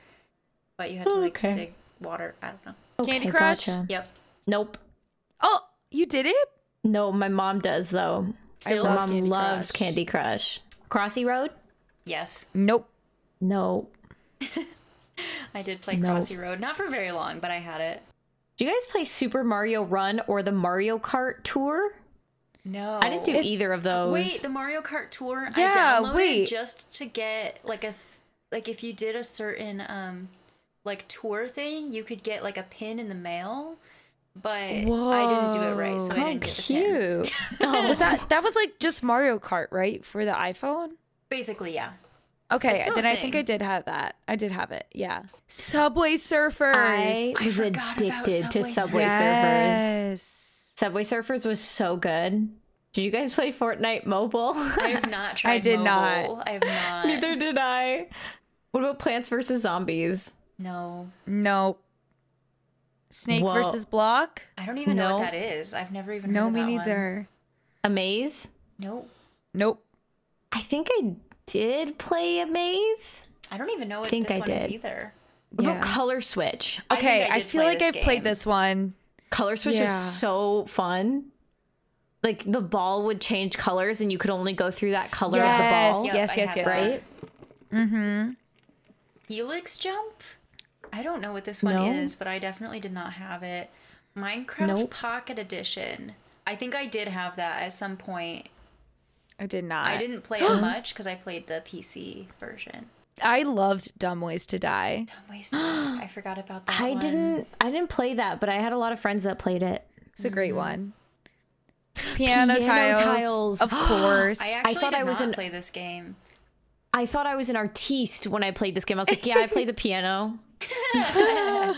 but you had to like
Okay.
dig water. I don't know.
Candy Crush?
Yep.
Nope.
oh, you did it?
No, my mom does though.
Still,
My
love-
mom
Candy
loves
Crush.
Candy Crush. Crossy Road?
yes,
Nope.
No.
I did play
No.
Crossy Road, not for very long, but I had it.
Do you guys play Super Mario Run or the Mario Kart Tour?
No,
I didn't do either of those.
Oh. Wait, the Mario Kart Tour.
Yeah,
I downloaded
wait.
just to get like a like if you did a certain um like tour thing, you could get like a pin in the mail. But I didn't do it right, so I
How
didn't get the pin.
Oh, cute.
Oh,
Was that that was like just Mario Kart, right? For the iPhone?
Basically, yeah.
Okay,
still a
then I think
thing.
I did have that. I did have it. Yeah. Subway Surfers.
I was
forgot about
addicted to
Subway
Subway Surfers.
yes.
Subway Surfers was so good. Did you guys play Fortnite Mobile?
I have not tried.
did not.
mobile. I have not.
Neither did I. What about Plants vs Zombies?
No,
Nope. Snake
Whoa.
versus Block?
I don't even know what
No.
that is. I've never even.
No,
heard
me
of that one.
neither.
A maze?
Nope.
Nope.
I think I did play a maze.
I don't even know what
Think
this
I
one is
did.
either.
What
Yeah.
about Color Switch?
I think
Okay, I,
I did
feel
play
like
this
I've played
game.
this one.
Color Switch
Yeah.
was so fun. Like the ball would change colors and you could only go through that color
Yes,
of the ball.
yes,
I
yes,
had
yes,
that.
yes.
Helix Jump? I don't know what this one
No.
is, but I definitely did not have it. Minecraft
Nope.
Pocket Edition. I think I did have that at some point.
I did not.
I didn't play it much because I played the PC version.
I loved Dumb Ways to Die.
I'm wasted. I forgot about that.
I
one.
didn't I didn't play that, but I had a lot of friends that played it.
It's a great one. Piano,
Piano
tiles,
tiles.
of course.
I actually
thought
did
I was
not
an-
play this game.
I thought I was an artiste when I played this game. I was like, yeah, I play the piano.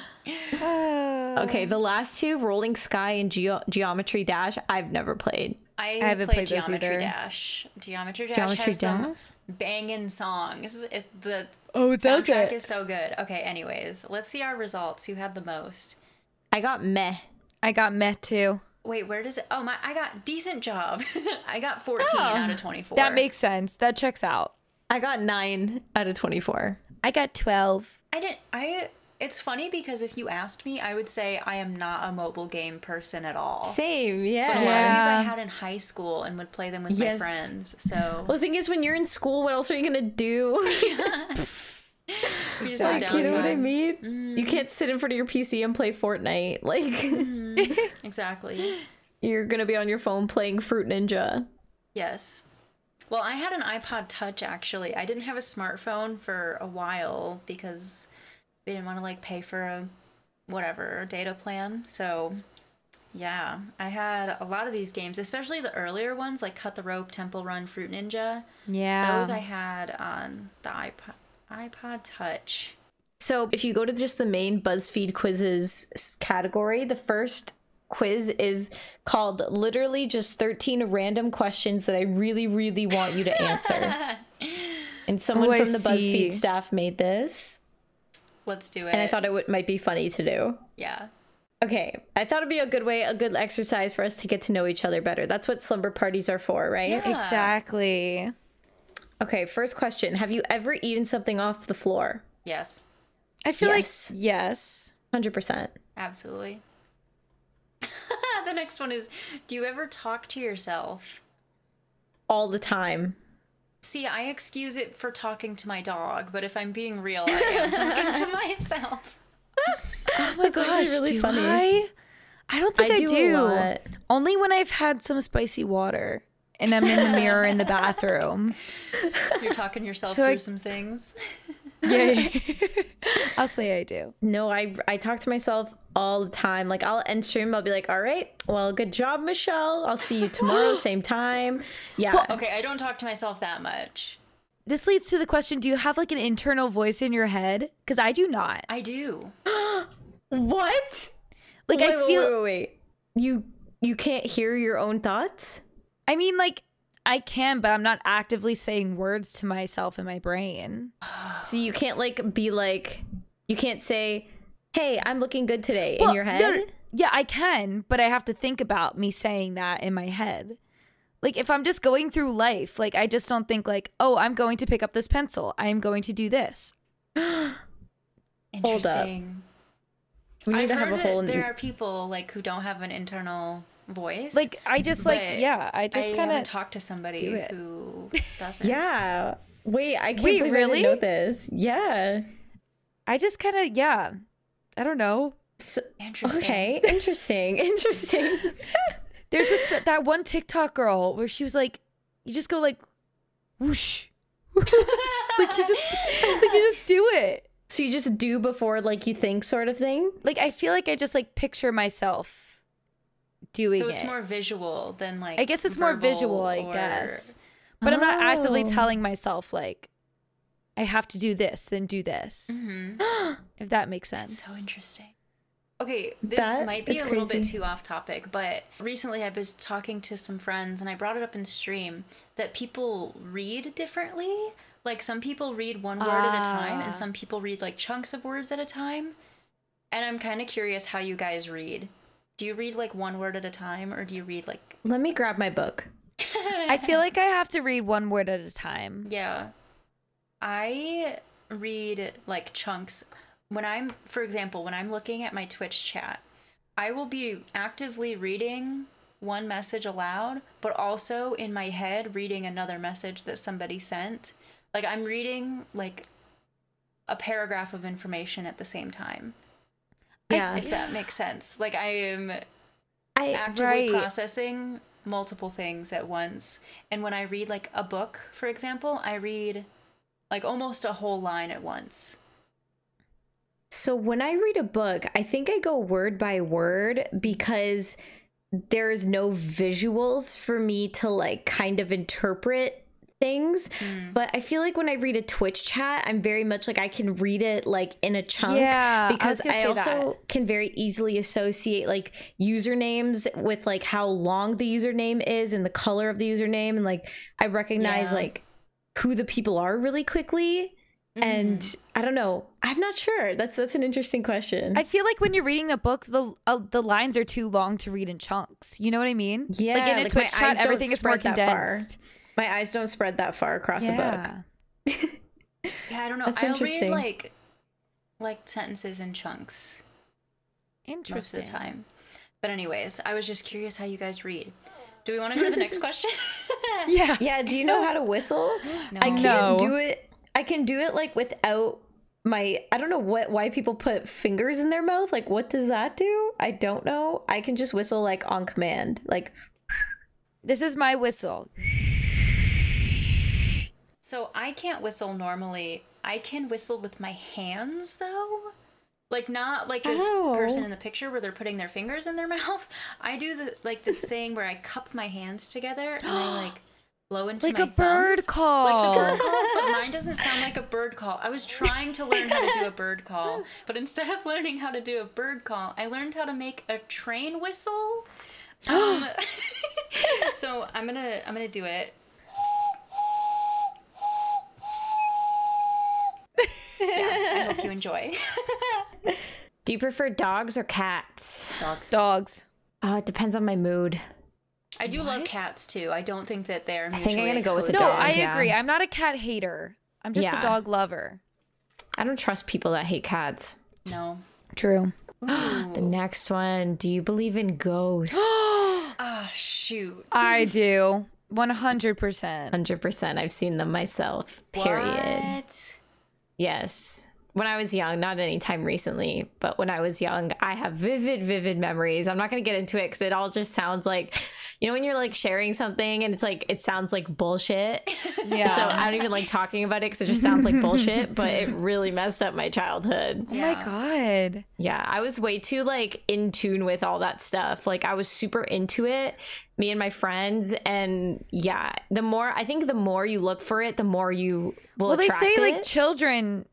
okay, the last two, Rolling Sky and Geo- Geometry Dash, I've never played.
I,
haven't played
played,
those
Geometry
either.
Dash. Geometry Dash
Geometry
has some
Dash?
banging songs. It, the
oh, it
soundtrack is so good. Okay, anyways, let's see our results. Who had the most?
I got meh.
I got met too.
Wait, where does it? Oh my! I got decent job. I got fourteen
Oh,
out of twenty-four.
That makes sense. That checks out.
I got nine out of 24.
I got 12.
I didn't. I. It's funny because if you asked me, I would say I am not a mobile game person at all.
Same,
A
yeah.
lot of these I
Yeah.
had in high school and would play them with my
Yes.
friends. So
Well, the thing is, when you're in school, what else are you gonna do?
we just have
like, you know what I
downtime. Mm.
mean? You can't sit in front of your PC and play Fortnite. Like,
Exactly.
you're gonna be on your phone playing Fruit Ninja.
Yes. Well, I had an iPod Touch actually. I didn't have a smartphone for a while because we didn't want to like pay for a whatever a data plan. So, yeah, I had a lot of these games, especially the earlier ones like Cut the Rope, Temple Run, Fruit Ninja.
Yeah.
Those I had on the iPod iPod Touch.
So, if you go to just the main BuzzFeed quizzes s- category, the first quiz is called literally just 13 random questions that I really, really want you to answer. and someone
Oh, I
from the
see.
BuzzFeed staff made this,
Let's do it.
and I thought it would, might be funny to do.
yeah.
Okay, I thought it'd be a good way, a good exercise for us to get to know each other better. That's what slumber parties are for, right?
Yeah.
Exactly.
Okay, first question Have you ever eaten something off the floor?
Yes.
I feel
Yes.
like yes.
100%.
Absolutely. the next one is Do you ever talk to yourself?
All the time.
See, I excuse it for talking to my dog, but if I'm being real, I am talking to myself.
Oh my
actually
gosh,
really
do
funny.
I? I don't think I,
do a lot.
Only when I've had some spicy water and I'm in the mirror in the bathroom.
You're talking yourself
So I-
through some things.
Yeah. I'll say I do.
No, I I talk to myself all the time. Like I'll end stream, I'll be like, "All right, well, good job, Michelle. I'll see you tomorrow, same time." Yeah,
Okay, I don't talk to myself that much.
This leads to the question, do you have like an internal voice in your head? Cuz I do not.
I do.
What?
Like
wait,
I
wait,
feel
wait, wait, wait. You you can't hear your own thoughts?
I mean like I can, but I'm not actively saying words to myself in my brain.
So you can't like be like you can't say, "Hey, I'm looking good today" in
Well,
your
no,
head.
no, yeah, I can, but I have to think about me saying that in my head. Like if I'm just going through life, like I just don't think like, "Oh, I'm going to pick up this pencil. I am going to do this."
Hold up.
Interesting.
We need
I've
to
heard
have a
that
whole
there are people like who don't have an internal voice.
Like I just like
But
yeah, I just
I
kind of
haven't talked to somebody
do it.
who doesn't.
Yeah. Wait, I can't
Wait,
believe
really?
I didn't know this. Yeah.
I just kind of yeah. I don't know.
So,
Interesting.
okay, interesting. Interesting.
There's this that, that one TikTok girl where she was like, you just go like, whoosh, whoosh. like you just like you just do it.
So you just do before like you think sort of thing?
Like I feel like I just like picture myself doing
So it's
it.
more visual than like.
I guess it's more
verbal
visual, I
or-
guess. But I'm not actively
Oh.
telling myself like I have to do this, then do this.
Mhm.
Mm-hmm.
If that makes sense.
So interesting. Okay, this
That
might be
is
a little bit
crazy.
too off topic, but recently I was talking to some friends and I brought it up in stream that people read differently. Like some people read one word at a time
Ah.
and some people read like chunks of words at a time. And I'm kind of curious how you guys read. Do you read like one word at a time or do you read like
Let me grab my book.
I feel like I have to read one word at a time.
Yeah. I read like chunks. When I'm, for example, when I'm looking at my Twitch chat, I will be actively reading one message aloud, but also in my head reading another message that somebody sent. Like I'm reading like a paragraph of information at the same time,
Yeah.
if that makes sense. Like I am
I,
actively
Right.
processing multiple things at once. And when I read like a book, for example, I read like almost a whole line at once.
so when I read a book, I think I go word by word because there's no visuals for me to like kind of interpret things.
Hmm.
But I feel like when I read a Twitch chat, I'm very much like I can read it like in a chunk
Yeah, I was
because
gonna
I,
say
also can very easily associate like usernames with like how long the username is and the color of the username and like I recognize
Yeah.
like who the people are really quickly
Mm-hmm.
and I don't know. I'm not sure. That's that's an interesting question.
I feel like when you're reading a book, the uh, the lines are too long to read in chunks. You know what I mean?
Yeah,
Like in a
like, my
Twitch
eyes
chat,
don't
everything is more
spread that far.
condensed.
My eyes don't spread that far across a book.
Yeah, I don't know.
That's
I'll read
interesting.
like like sentences in chunks
Interesting.
most of the time. But anyways, I was just curious how you guys read. Do we want to go to the next question?
Yeah.
Yeah, do you know how to whistle? I can't
No.
do it. I can do it like without my I don't know what why people put fingers in their mouth. Like what does that do? I don't know. I can just whistle like on command. Like
This is my whistle.
So I can't whistle normally. I can whistle with my hands though. Like not like this
Oh.
person in the picture where they're putting their fingers in their mouth. I do the like this thing where I cup my hands together and I like blow into
Like
my
a bird
thumbs.
call.
Like the bird calls, but mine doesn't sound like a bird call. I was trying to learn how to do a bird call, but instead of learning how to do a bird call, I learned how to make a train whistle. Um, so I'm gonna I'm gonna do it. Yeah, I hope you enjoy.
Do you prefer dogs or cats?
Dogs.
Oh, it depends on my mood.
I do love cats too. I don't think that they're
think I'm
mutually
gonna go with the
exclusive.
No,
dog,
I
yeah.
agree. I'm not a cat hater. I'm just
Yeah.
a dog lover.
I don't trust people that hate cats.
No.
True.
The next one, do you believe in ghosts?
Ah, shoot.
I do. 100%.
100%. I've seen them myself. Period.
What?
Yes. When I was young, not anytime recently, but when I was young, I have vivid, vivid memories. I'm not going to get into it because it all just sounds like, you know, when you're like sharing something and it's like, it sounds like bullshit.
Yeah.
So I don't even like talking about it because it just sounds like bullshit, but it really messed up my childhood.
oh my God.
Yeah, I was way too like in tune with all that stuff. Like I was super into it, me and my friends, and yeah, the more I think the more you look for it, the more you will
Well, they
attract
say
it.
like children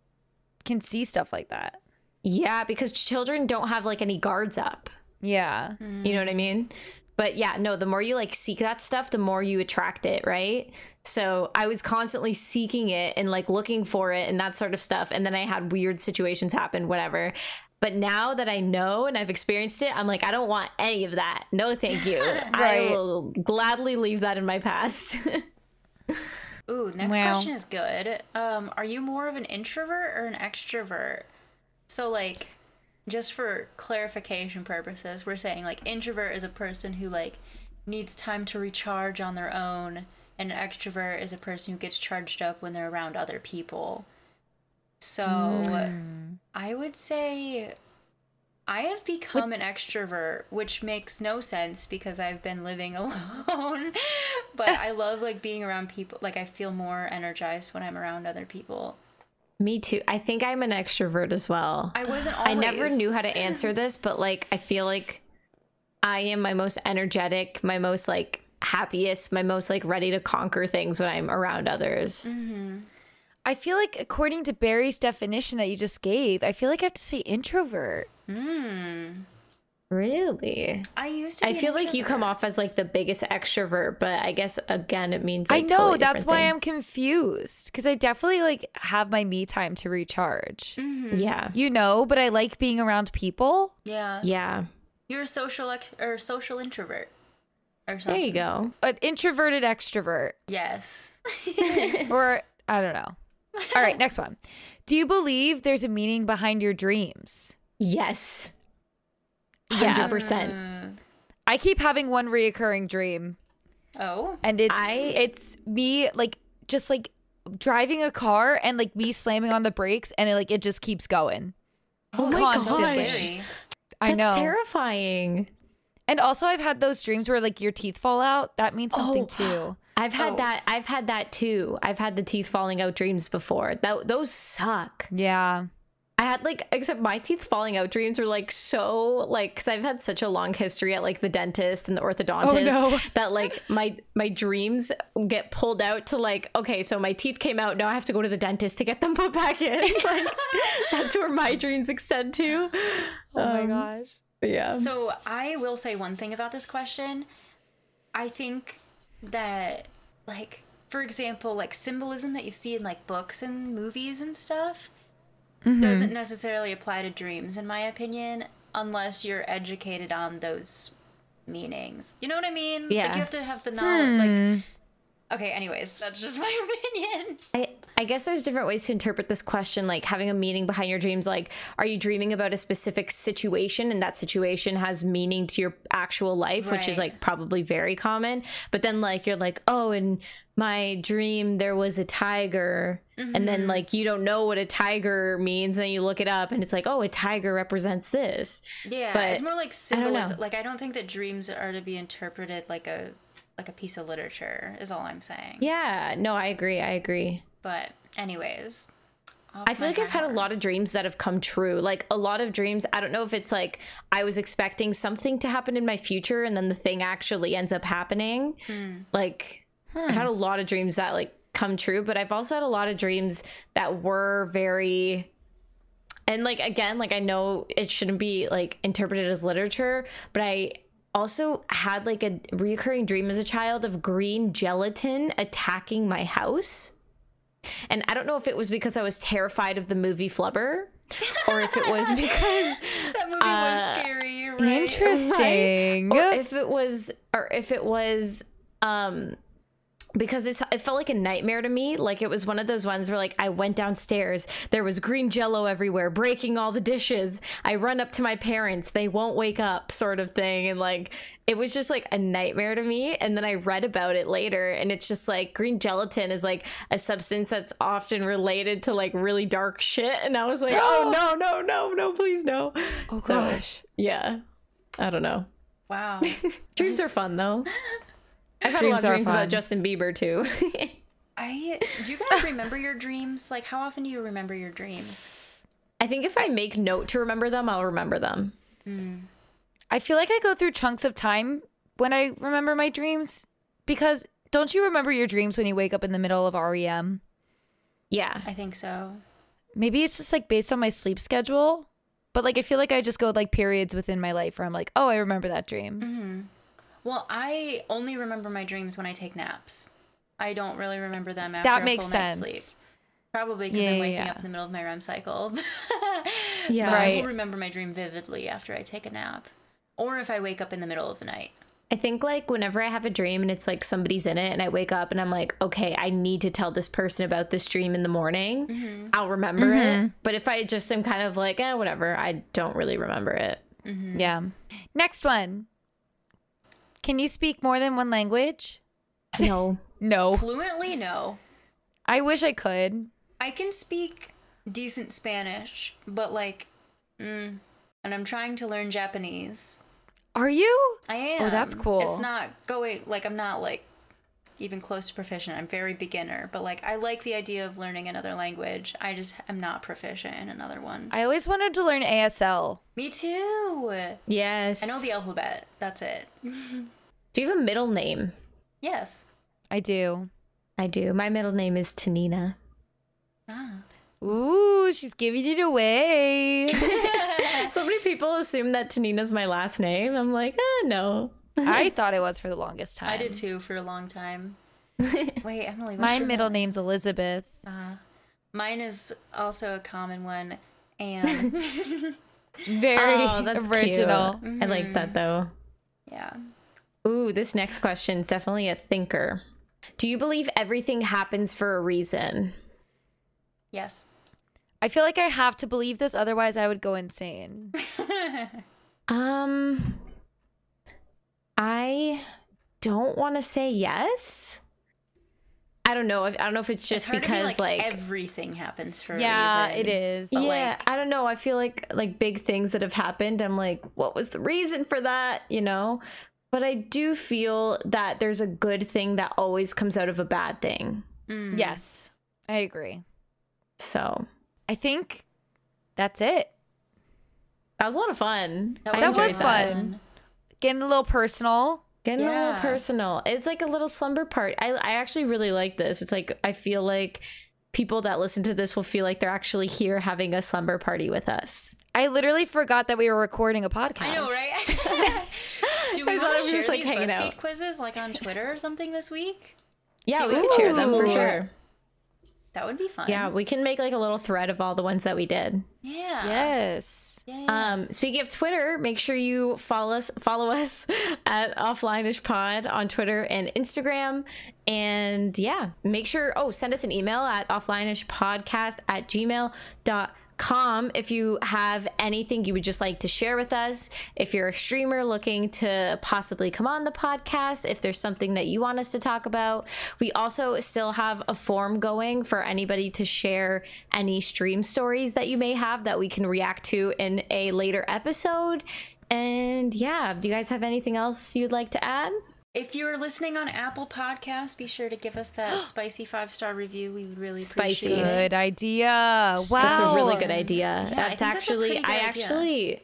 can see stuff like that.
yeah, because children don't have like any guards up.
Yeah.
You know what I mean? But yeah, no, the more you like seek that stuff, the more you attract it, right? So I was constantly seeking it and like looking for it and that sort of stuff. And then I had weird situations happen, whatever. But now that I know and I've experienced it, I'm like, I don't want any of that. No, thank you. I
Right.
will gladly leave that in my past.
Ooh, next
Wow.
question is good. Um, are you more of an introvert or an extrovert? So like just for clarification purposes, we're saying like introvert is a person who like needs time to recharge on their own and an extrovert is a person who gets charged up when they're around other people. So I would say I have become an extrovert, which makes no sense because I've been living alone. but I love like being around people. Like I feel more energized when I'm around other people.
Me too. I think I'm an extrovert as well.
I wasn't
I
always.
never knew how to answer this, but like I feel like I am my most energetic, my most like happiest, my most like ready to conquer things when I'm around others.
I feel like, according to Barry's definition that you just gave, I feel like I have to say introvert.
Really?
I used to. Be
I
an
feel like you
introvert.
come off as like the biggest extrovert, but I guess again it means
I
like,
know
totally
that's why I'm
different
confused because I definitely like have my me time to recharge,
things. Yeah.
you know. But I like being around people.
Yeah.
Yeah.
You're a social ex- or social introvert. Or something.
There you go.
An introverted extrovert,
Yes.
or I don't know. All right, next one. Do you believe there's a meaning behind your dreams?
Yes.
Yeah.
100%.
Hmm.
I keep having one reoccurring dream,
Oh.
and it's
I-
it's me like just like driving a car and like me slamming on the brakes, and it, like it just keeps going.
Oh my
So
Constantly.
gosh.
scary.
I know.
That's terrifying.
And also, I've had those dreams where like your teeth fall out. That means something
Oh.
too.
I've had
Oh.
that. I've had that too. I've had the teeth falling out dreams before. That those suck.
Yeah.
I had like, except my teeth falling out dreams were like so like because I've had such a long history at like the dentist and the orthodontist
no.
that like my my dreams get pulled out to like okay, so my teeth came out. Now I have to go to the dentist to get them put back in. Like that's where my dreams extend to.
Oh
Um,
my gosh.
But yeah.
So I will say one thing about this question. I think that like for example, like symbolism that you see in like books and movies and stuff
Mm-hmm.
doesn't necessarily apply to dreams in my opinion unless you're educated on those meanings. You know what I mean?
Yeah. Hmm.
Like you have to have the knowledge like Okay, anyways, that's just my opinion.
I, I guess there's different ways to interpret this question, like having a meaning behind your dreams. Like, are you dreaming about a specific situation and that situation has meaning to your actual life, which is
Right.
like probably very common. But then, like, you're like, oh, in my dream, there was a tiger. And
Mm-hmm.
then, like, you don't know what a tiger means. And then you look it up and it's like, oh, a tiger represents this.
Yeah,
But
it's more like
I don't know.
symbolism. Like I don't think that dreams are to be interpreted like a like a piece of literature is all I'm saying.
Yeah. No, I agree. I agree.
But anyways,
I feel like I've had a lot of dreams that have come true. Like a lot of dreams, I don't know if it's like I was expecting something to happen in my future and then the thing actually ends up happening. Like I've had a lot of dreams that like come true, but I've also had a lot of dreams that were very and like again, like I know it shouldn't be like interpreted as literature, but I also had like a recurring dream as a child of green gelatin attacking my house. And I don't know if it was because I was terrified of the movie Flubber or if it was because
That movie
uh,
was scary, you're right?
Interesting.
or if it was or if it was um because it's, it felt like a nightmare to me like it was one of those ones where like i went downstairs there was green jello everywhere breaking all the dishes i run up to my parents they won't wake up sort of thing and like it was just like a nightmare to me and then i read about it later and it's just like green gelatin is like a substance that's often related to like really dark shit and i was like oh no no no no please no
oh gosh.
yeah i don't know
Wow.
Dreams are fun though. I've had
Dreams
a lot
are
of dreams
fun.
about Justin Bieber too.
I do you guys remember your dreams? Like how often do you remember your dreams?
I think if I make note to remember them, I'll remember them.
I feel like I go through chunks of time when I remember my dreams because don't you remember your dreams when you wake up in the middle of E REM?
Yeah.
I think so.
Maybe it's just like based on my sleep schedule, but like I feel like I just go like periods within my life where I'm like, oh, I remember that dream.
Mm-hmm. Well, I only remember my dreams when I take naps. I don't really remember them after
That
a
makes
full
sense.
night's sleep. Probably because
Yeah,
I'm
yeah,
waking
yeah.
up in the middle of my REM cycle.
Yeah.
But I
Right.
will remember my dream vividly after I take a nap, or if I wake up in the middle of the night.
I think like whenever I have a dream and it's like somebody's in it and I wake up and I'm like, okay, I need to tell this person about this dream in the morning, I'll remember it. But if I just am kind of like, eh, whatever, I don't really remember it.
Mm-hmm. Yeah. Next one. Can you speak more than one language?
No. Oh.
No.
Fluently, no.
I wish I could.
I can speak decent Spanish, but like, mm, and I'm trying to learn Japanese.
Are you?
I am.
Oh, that's cool.
It's not going like I'm not like even close to proficient. I'm very beginner, but like I like the idea of learning another language. I just am not proficient in another one.
I always wanted to learn ASL.
Me too. I
yes.
know the alphabet. That's it.
Do you have a middle name?
Yes.
I do.
I do. My middle name is Tanina.
Ah.
Ooh, she's giving it away.
so many people assume that Tanina's my last name. I'm like, eh, no.
I thought it was for the longest time.
I did too for a long time. Wait, Emily. What's
My
your Uh,
middle name's Elizabeth.
Mine is also a common one, and
Very
Oh, that's
original.
cute. I like
Mm-hmm.
that though.
yeah,
Ooh, this next question is definitely a thinker. Do you believe everything happens for a reason?
yes.
I feel like I have to believe this, otherwise I would go insane.
Um I don't want to say yes. I don't know. if- I don't know if it's
It's
just
hard to be
because like,
everything happens for
yeah,
a
it
reason.
is.
but,
yeah,
like-
I don't know. I feel like like big things that have happened. I'm like, what was the reason for that? You know, but I do feel that there's a good thing that always comes out of a bad thing.
Mm.
Yes, I agree.
So
I think that's it.
that was a lot of fun. I
That
enjoyed
was fun. Getting a little personal.
Getting a
Yeah.
little personal. It's like a little slumber part. I I actually really like this. It's like I feel like people that listen to this will feel like they're actually here having a slumber party with us.
I literally forgot that we were recording a podcast.
I know, right? Do we
I
want to
thought we were
share
just, like,
these
hanging
BuzzFeed
out.
quizzes like on Twitter or something this week?
Yeah,
See
we
what
could share them for
people-
sure.
That would be fun.
Yeah, we can make like a little thread of all the ones that we did.
Yeah.
Yes.
Yeah.
Um, speaking of Twitter, make sure you follow us follow us at Offlineish Pod on Twitter and Instagram. And yeah, make sure oh, send us an email at offlineishpodcast at gmail.com if you have anything you would just like to share with us. If you're a streamer looking to possibly come on the podcast, if there's something that you want us to talk about. We also still have a form going for anybody to share any stream stories that you may have that we can react to in a later episode. And yeah, do you guys have anything else you'd like to add?
If you're listening on Apple Podcasts, be sure to give us that spicy five star review. We would really
Spicy.
appreciate it.
Good idea. Wow.
That's a really good idea.
Yeah, I think
that's
that's a
actually
pretty good
I
idea.
actually I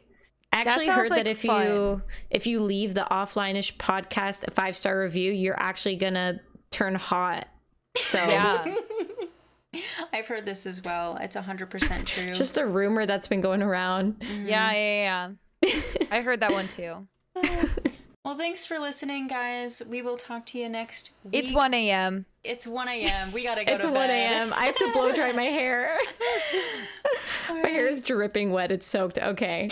actually
sounds
heard
like
that if
fun.
you if you leave the offline-ish podcast a five-star review, you're actually going to turn hot. So
Yeah.
I've heard this as well. It's 100% true.
just a rumor that's been going around.
Yeah, yeah,
Mm.
yeah. I heard that one too.
well, thanks for listening, guys. We will talk to you next week.
It's 1 a.m.
It's 1 a.m. We gotta go
It's
to
1
bed.
a.m. I have to blow dry my hair. my hair is dripping wet. It's soaked. Okay.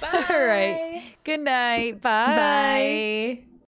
Bye.
All right. Good night. Bye.
Bye.